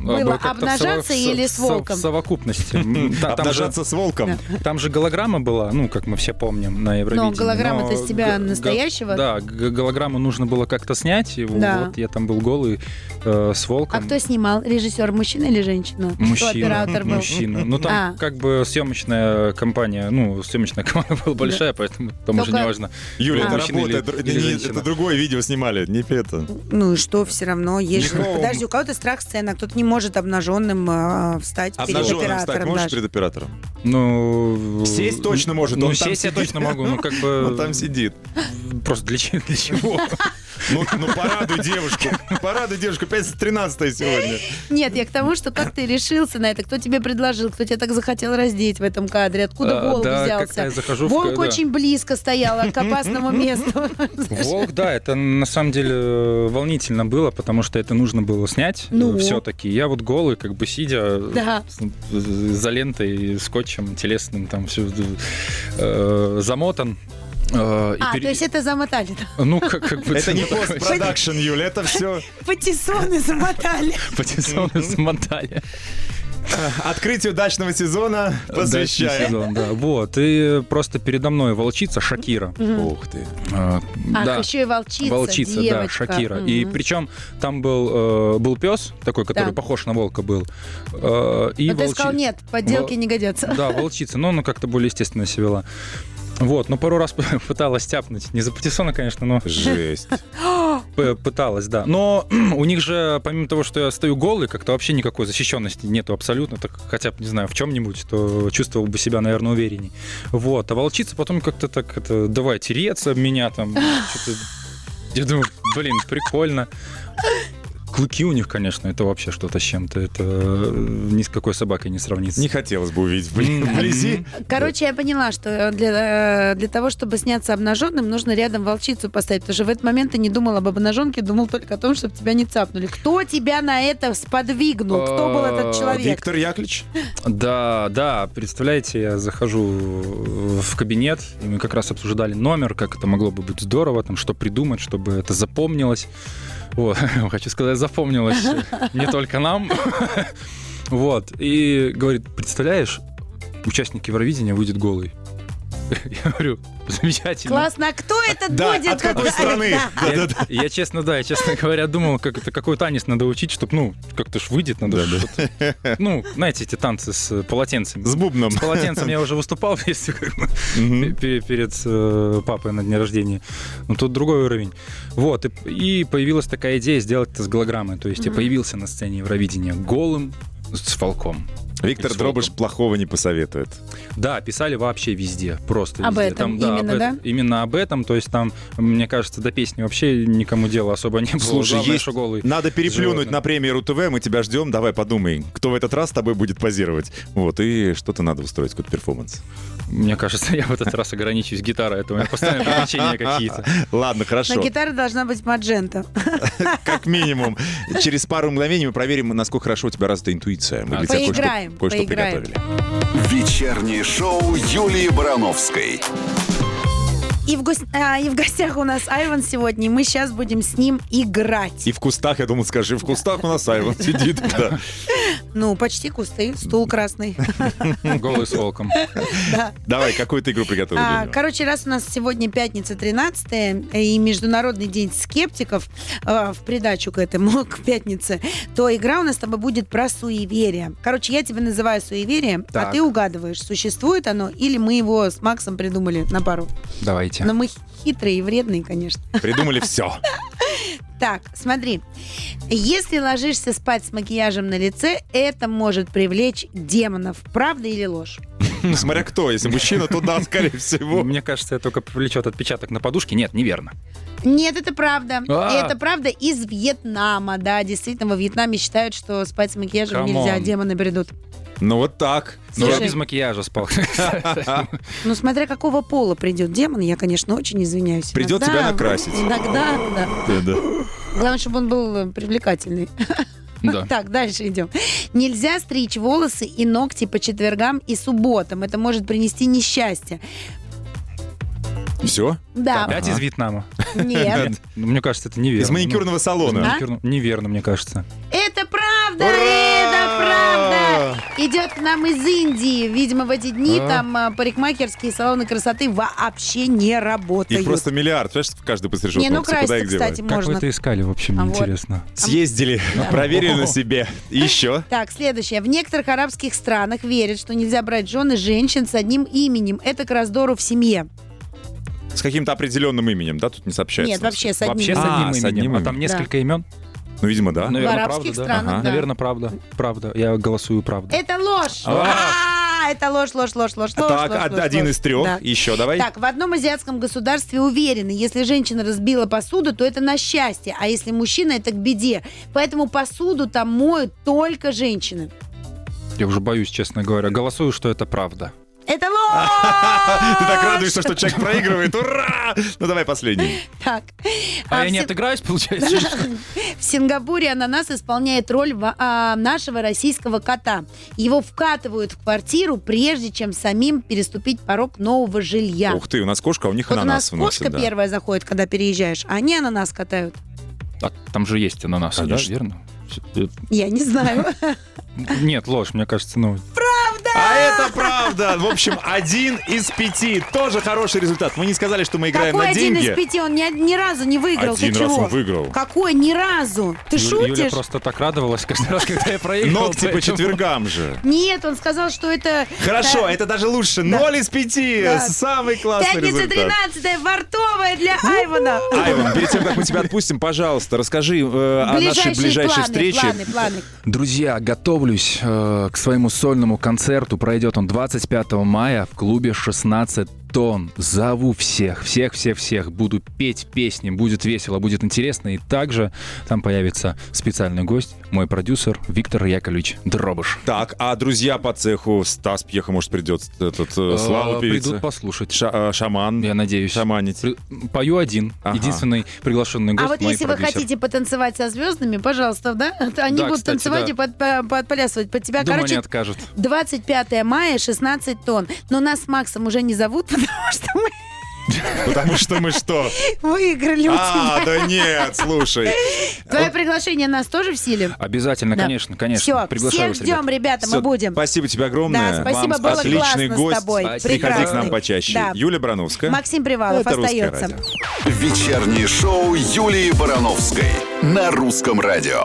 Speaker 5: Ну, а
Speaker 2: было
Speaker 5: как-то в
Speaker 2: обнажаться
Speaker 5: сово-
Speaker 2: или
Speaker 5: в
Speaker 2: с
Speaker 5: со- в
Speaker 2: волком?
Speaker 5: совокупности. М, та- там же-
Speaker 6: Обнажаться с волком.
Speaker 5: Там же голограмма была, ну, как мы все помним, на Евровидении.
Speaker 2: Ну, голограмма
Speaker 5: но
Speaker 2: это с тебя
Speaker 5: г- г-
Speaker 2: настоящего?
Speaker 5: Да, г- голограмму нужно было как-то снять. И
Speaker 2: Да.
Speaker 5: Вот я там был голый э, с
Speaker 2: А
Speaker 5: волком.
Speaker 2: кто снимал? Режиссер мужчина или женщина? Кто
Speaker 5: Мужчина,
Speaker 2: оператор был?
Speaker 5: мужчина. Ну там
Speaker 2: А.
Speaker 5: как бы съемочная компания, ну съемочная [laughs] команда была большая, поэтому там уже
Speaker 2: Только-
Speaker 5: не важно.
Speaker 6: Юля, это
Speaker 5: Мужчина
Speaker 6: работа.
Speaker 5: или-
Speaker 6: это- это
Speaker 5: или
Speaker 6: не-
Speaker 5: женщина.
Speaker 6: Это другое видео снимали, не это.
Speaker 2: Ну и что, все равно есть.
Speaker 6: Ну,
Speaker 2: же- Подожди, у кого-то страх сцены, а кто-то не может обнаженным а, встать перед
Speaker 6: Обнаженным стать
Speaker 2: оператором.
Speaker 6: можешь
Speaker 2: даже.
Speaker 6: перед оператором?
Speaker 5: Ну
Speaker 6: Сесть точно может,
Speaker 5: Ну
Speaker 6: он там
Speaker 5: сесть я
Speaker 6: сидит.
Speaker 5: точно могу, ну как
Speaker 6: [laughs]
Speaker 5: бы.
Speaker 6: Он там сидит.
Speaker 5: Просто для чего? Для чего?
Speaker 6: Ну, ну порадуй девушку. Порадуй девушку. Пятница 13 сегодня.
Speaker 2: Нет, я к тому, что как ты решился на это? Кто тебе предложил? Кто тебя так захотел раздеть в этом кадре? Откуда
Speaker 5: А,
Speaker 2: волк
Speaker 5: да, как-то я
Speaker 2: взялся?
Speaker 5: захожу в
Speaker 2: Волк
Speaker 5: ка- да.
Speaker 2: очень близко стоял к опасному месту.
Speaker 5: Волк, да, это на самом деле э, волнительно было, потому что это нужно было снять
Speaker 2: Ну.
Speaker 5: все-таки. Я вот голый, как бы сидя э,
Speaker 2: Да.
Speaker 5: с- э, за лентой, скотчем, телесным, там все замотан. э, и
Speaker 2: А,
Speaker 5: пере-
Speaker 2: то есть это замотали. да?
Speaker 5: Ну, как, как
Speaker 3: [laughs]
Speaker 5: бы...
Speaker 6: Это
Speaker 5: [laughs]
Speaker 6: не постпродакшн, Юля, это все.
Speaker 2: Патиссоны замотали.
Speaker 5: Патиссоны замотали.
Speaker 3: Открытию дачного сезона посвящаем.
Speaker 5: сезон, да. Вот, и просто передо мной волчица Шакира.
Speaker 3: Ух ты.
Speaker 5: Э,
Speaker 2: Ах,
Speaker 5: да.
Speaker 2: еще и волчица.
Speaker 5: Волчица, да,
Speaker 2: девочка.
Speaker 5: Шакира.
Speaker 2: Мгм.
Speaker 5: И причем там был, э, был пес, такой, который
Speaker 2: Да.
Speaker 5: похож на волка был. Э, и
Speaker 2: Но ты
Speaker 5: волчи-
Speaker 2: сказал, нет, подделки
Speaker 5: Вол-
Speaker 2: не годятся.
Speaker 5: Да, волчица, но она как-то более естественно себя вела. Вот, но пару раз [laughs] пыталась тяпнуть. Не за патиссона, конечно, но
Speaker 3: Жесть.
Speaker 5: [gasps] п- пыталась, да. Но [clears throat] у них же, помимо того, что я стою голый, как-то вообще никакой защищенности нету абсолютно. Так хотя бы, не знаю, в чем-нибудь, то чувствовал бы себя, наверное, уверенней. Вот. А волчица потом как-то так, это, давай тереться об меня там. что-то. Я думаю, блин, прикольно. Клыки у них, конечно, это вообще что-то с чем-то. Это э, ни с какой собакой не сравнится.
Speaker 3: Не хотелось бы увидеть вбли- вблизи.
Speaker 2: Короче, я поняла, что для, э, для того, чтобы сняться обнаженным, нужно рядом волчицу поставить. Потому что в этот момент ты не думал об обнаженке, думал только о том, чтобы тебя не цапнули. Кто тебя на это сподвигнул? Ну, Кто был этот
Speaker 5: А,
Speaker 2: человек?
Speaker 3: Виктор Яклич.
Speaker 5: Да, да, представляете, я захожу э, в кабинет, и мы как раз обсуждали номер, как это могло бы быть здорово, там, что придумать, чтобы это запомнилось. Вот, [laughs] хочу сказать, запомнилось [laughs] не только нам. [laughs] Вот, и говорит, представляешь, участник Евровидения выйдет голый. [laughs] Я говорю, замечательно.
Speaker 2: Классно. А кто этот
Speaker 3: Да,
Speaker 2: будет?
Speaker 3: от какой
Speaker 2: когда-
Speaker 3: страны?
Speaker 2: Да.
Speaker 5: А Я, я, честно, да, я, честно говоря, думал, как это, какой танец надо учить, чтобы, ну, как-то ж выйдет,
Speaker 3: Да,
Speaker 5: надо
Speaker 3: да.
Speaker 5: что-то. Ну, знаете, эти танцы с э, полотенцами.
Speaker 3: С бубном.
Speaker 5: С полотенцем я уже выступал [laughs] вместе как бы, пе-
Speaker 3: Мгм.
Speaker 5: пе- перед э, папой на дне рождения. Но тут другой уровень. Вот, и, и появилась такая идея сделать это с голограммой. То есть я появился на сцене Евровидения голым с волком.
Speaker 3: Виктор
Speaker 5: И с
Speaker 3: Дробыш
Speaker 5: волком.
Speaker 3: плохого не посоветует.
Speaker 5: Да, писали вообще везде, просто
Speaker 2: Об
Speaker 5: везде.
Speaker 2: этом именно,
Speaker 5: об
Speaker 2: да?
Speaker 5: этом- Именно об этом, то есть там, мне кажется, до песни вообще никому дела особо не было.
Speaker 3: Слушай,
Speaker 5: Главное,
Speaker 3: есть-
Speaker 5: что голый.
Speaker 3: Надо переплюнуть
Speaker 5: Животных.
Speaker 3: на премию РУ-ТВ, мы тебя ждем, давай подумай, кто в этот раз с тобой будет позировать. Вот, и что-то надо устроить, какой-то перформанс.
Speaker 5: Мне кажется, [laughs] я в этот раз ограничусь гитарой, это у меня постоянные приключения какие-то.
Speaker 2: [laughs]
Speaker 3: Ладно,
Speaker 2: На
Speaker 3: хорошо,
Speaker 2: гитаре должна быть маджента.
Speaker 3: как минимум. Через пару мгновений мы проверим, насколько хорошо у тебя развита интуиция. Мы для тебя кое-что-
Speaker 2: Поиграем,
Speaker 3: кое-что
Speaker 2: поиграем.
Speaker 3: приготовили.
Speaker 1: Вечернее шоу Юлии Барановской.
Speaker 2: И в, гос- а, и в гостях у нас Айван сегодня, и мы сейчас будем с ним играть.
Speaker 3: И в кустах, я думал, скажи, в кустах у
Speaker 2: [laughs]
Speaker 3: нас Айван сидит. Да.
Speaker 2: Ну, почти кусты, стул красный.
Speaker 5: Голый с волком.
Speaker 2: Да.
Speaker 3: Давай, какую ты игру приготовил
Speaker 2: А,
Speaker 3: для него?
Speaker 2: короче, раз у нас сегодня пятница 13 и Международный день скептиков э, в придачу к этому, [laughs] к пятнице, то игра у нас с тобой будет про суеверие. Короче, я тебя называю суеверие, а
Speaker 5: Так.
Speaker 2: ты угадываешь, существует оно или мы его с Максом придумали на пару.
Speaker 5: Давайте.
Speaker 2: Но мы хитрые и вредные, конечно.
Speaker 3: Придумали все.
Speaker 2: Так, смотри. Если ложишься спать с макияжем на лице, это может привлечь демонов. Правда или ложь?
Speaker 3: [laughs] Смотря кто, если мужчина, то да, скорее всего.
Speaker 5: Мне кажется, это только привлечет отпечаток на подушке. Нет, неверно.
Speaker 2: Нет, это правда.
Speaker 5: А.
Speaker 2: Это правда из Вьетнама, да. Действительно, во Вьетнаме считают, что спать с макияжем
Speaker 5: Камон.
Speaker 2: нельзя, демоны бредут.
Speaker 3: Ну вот так.
Speaker 5: Ну, я
Speaker 2: Слушай.
Speaker 5: без
Speaker 2: [laughs]
Speaker 5: макияжа спал. [laughs]
Speaker 2: Ну, смотря какого пола придет демон, я, конечно, очень извиняюсь.
Speaker 3: Придет
Speaker 2: Иногда-
Speaker 3: тебя накрасить.
Speaker 2: Иногда, да.
Speaker 3: Да, да.
Speaker 2: Главное, чтобы он был э, привлекательный.
Speaker 5: Да.
Speaker 2: [laughs] Так, дальше идем. Нельзя стричь волосы и ногти по четвергам и субботам. Это может принести несчастье.
Speaker 3: Все?
Speaker 2: Да,
Speaker 5: Опять из Вьетнама.
Speaker 2: нет.
Speaker 5: [laughs] Нет, ну, Мне кажется, это неверно.
Speaker 3: Из маникюрного
Speaker 5: Ну, из
Speaker 3: салона.
Speaker 5: маникюрного-
Speaker 2: А?
Speaker 5: Неверно, мне кажется.
Speaker 2: Это правда,
Speaker 3: Ура!
Speaker 2: это правда. Идет к нам из Индии. Видимо, в эти дни
Speaker 5: А.
Speaker 2: там а, парикмахерские салоны красоты вообще не
Speaker 3: Их
Speaker 2: работают.
Speaker 3: просто миллиард, понимаешь, в каждый пострижет.
Speaker 2: не, ну
Speaker 3: волосы, куда
Speaker 2: краситься,
Speaker 3: их девать?
Speaker 2: кстати,
Speaker 5: Как вы
Speaker 2: можно.
Speaker 5: это искали, в общем,
Speaker 2: А
Speaker 5: мне
Speaker 2: вот.
Speaker 5: интересно.
Speaker 3: Съездили, проверили на себе. И еще.
Speaker 2: Так, следующее. В некоторых арабских странах верят, что нельзя брать жены женщин с одним именем. Это к раздору в семье.
Speaker 3: С каким-то определенным именем, да, тут не сообщается.
Speaker 2: Нет, вообще с одним.
Speaker 5: Вообще с
Speaker 2: именем.
Speaker 3: А, с
Speaker 5: одним
Speaker 3: одним
Speaker 5: именем. А
Speaker 3: именем.
Speaker 5: там несколько имен?
Speaker 3: Ну, видимо, да.
Speaker 2: В
Speaker 5: Наверное,
Speaker 2: арабских
Speaker 5: правда, да.
Speaker 2: странах,
Speaker 5: Ага.
Speaker 2: да.
Speaker 5: Наверное, правда. Правда. Я голосую правда.
Speaker 2: Это ложь. А, Это ложь, ложь, ложь, ложь, ложь.
Speaker 3: А Так,
Speaker 2: ложь,
Speaker 3: од-
Speaker 2: ложь,
Speaker 3: один
Speaker 2: ложь.
Speaker 3: из трех.
Speaker 2: Да.
Speaker 3: Еще давай.
Speaker 2: Так, в одном азиатском государстве уверены, если женщина разбила посуду, то это на счастье, а если мужчина, это к беде. Поэтому посуду там моют только женщины.
Speaker 5: Я уже боюсь, честно говоря. Голосую, что это правда.
Speaker 2: Это
Speaker 3: [laughs] Ты так
Speaker 2: ложь!
Speaker 3: радуешься, что человек проигрывает. Ура! Ну, давай последний.
Speaker 2: Так. А
Speaker 5: А, я
Speaker 2: в
Speaker 5: не
Speaker 2: Син- [laughs]
Speaker 5: отыграюсь, получается?
Speaker 2: В Сингапуре ананас исполняет роль ва- а, нашего российского кота. Его вкатывают в квартиру, прежде чем самим переступить порог нового жилья.
Speaker 3: Ух ты, у нас кошка, а у них
Speaker 2: Вот у нас
Speaker 3: ананас вносит.
Speaker 2: кошка
Speaker 3: да.
Speaker 2: первая заходит, когда переезжаешь, а они ананас катают.
Speaker 5: А там же есть ананас, да,
Speaker 3: Конечно.
Speaker 5: верно? э,
Speaker 2: Я не знаю.
Speaker 5: [laughs] Нет, ложь, мне кажется, ну...
Speaker 3: А это правда. В общем, один из пяти. Тоже хороший результат. Мы не сказали, что мы играем
Speaker 2: Какой
Speaker 3: на
Speaker 2: один из
Speaker 3: деньги.
Speaker 2: пяти? Он ни, ни разу не выиграл.
Speaker 3: Один
Speaker 2: Ты
Speaker 3: раз
Speaker 2: чего?
Speaker 3: он выиграл.
Speaker 2: Какой ни разу? Ты
Speaker 5: Ю-
Speaker 2: шутишь?
Speaker 5: Юля просто так радовалась каждый раз, когда я проиграл.
Speaker 3: Ногти по
Speaker 5: поэтому-
Speaker 3: четвергам же.
Speaker 2: Нет, он сказал, что это...
Speaker 3: Хорошо,
Speaker 2: э,
Speaker 3: это даже лучше. Ноль из пяти.
Speaker 2: Да.
Speaker 3: Самый классный
Speaker 2: Пятница
Speaker 3: результат.
Speaker 2: 13 фартовая для Айвана.
Speaker 7: Айван, перед тем, как мы тебя отпустим, пожалуйста, расскажи э,
Speaker 3: А
Speaker 7: о нашей
Speaker 2: Ближайшие
Speaker 7: ближайшей
Speaker 2: планы,
Speaker 7: встрече.
Speaker 2: планы, планы.
Speaker 5: Друзья, готовлюсь э, к своему сольному концерту. Пройдет он 25 мая в клубе 16 тонн. Зову всех, всех, всех, всех. Буду петь песни, будет весело, будет интересно. И также там появится специальный гость, мой продюсер Виктор Яковлевич Дробыш.
Speaker 3: Так, а друзья по цеху, Стас Пьеха, может, придет этот э, Слава
Speaker 5: Э,
Speaker 3: певица,
Speaker 5: Придут послушать,
Speaker 3: Ша- э, шаман,
Speaker 5: я надеюсь.
Speaker 3: шаманить.
Speaker 5: При- Пою один,
Speaker 3: Ага.
Speaker 5: единственный приглашенный
Speaker 2: А
Speaker 5: гость.
Speaker 2: вот
Speaker 5: мой
Speaker 2: если вы
Speaker 5: продюсер.
Speaker 2: хотите потанцевать со звездами, пожалуйста, да? [laughs] Они
Speaker 5: Да,
Speaker 2: будут
Speaker 5: кстати,
Speaker 2: танцевать
Speaker 5: да.
Speaker 2: и под- по- подплясывать под тебя.
Speaker 5: Думаю, не
Speaker 2: Короче,
Speaker 5: откажет.
Speaker 2: 25 мая, 16 тонн. Но нас с Максом уже не зовут, [laughs] потому что мы
Speaker 3: Потому что
Speaker 2: [laughs]
Speaker 3: мы что?
Speaker 2: выиграли у тебя.
Speaker 3: А, да нет, слушай.
Speaker 2: Твое приглашение нас тоже в силе?
Speaker 5: Обязательно,
Speaker 2: Да.
Speaker 5: конечно, конечно.
Speaker 2: Все,
Speaker 5: Приглашаю
Speaker 2: всех
Speaker 5: вас, ребят.
Speaker 2: ждем, ребята,
Speaker 3: Всё,
Speaker 2: мы будем.
Speaker 3: Спасибо тебе огромное.
Speaker 2: Да, спасибо,
Speaker 3: Вам
Speaker 2: было
Speaker 3: Отличный
Speaker 2: классно с
Speaker 3: гость.
Speaker 2: тобой.
Speaker 3: Приходи к
Speaker 2: Прекрасный.
Speaker 3: нам почаще.
Speaker 2: Да.
Speaker 3: Юлия Брановская.
Speaker 2: Максим Привалов
Speaker 3: Это «Русское
Speaker 2: остается.
Speaker 3: радио».
Speaker 1: Вечернее шоу Юлии Барановской на русском радио.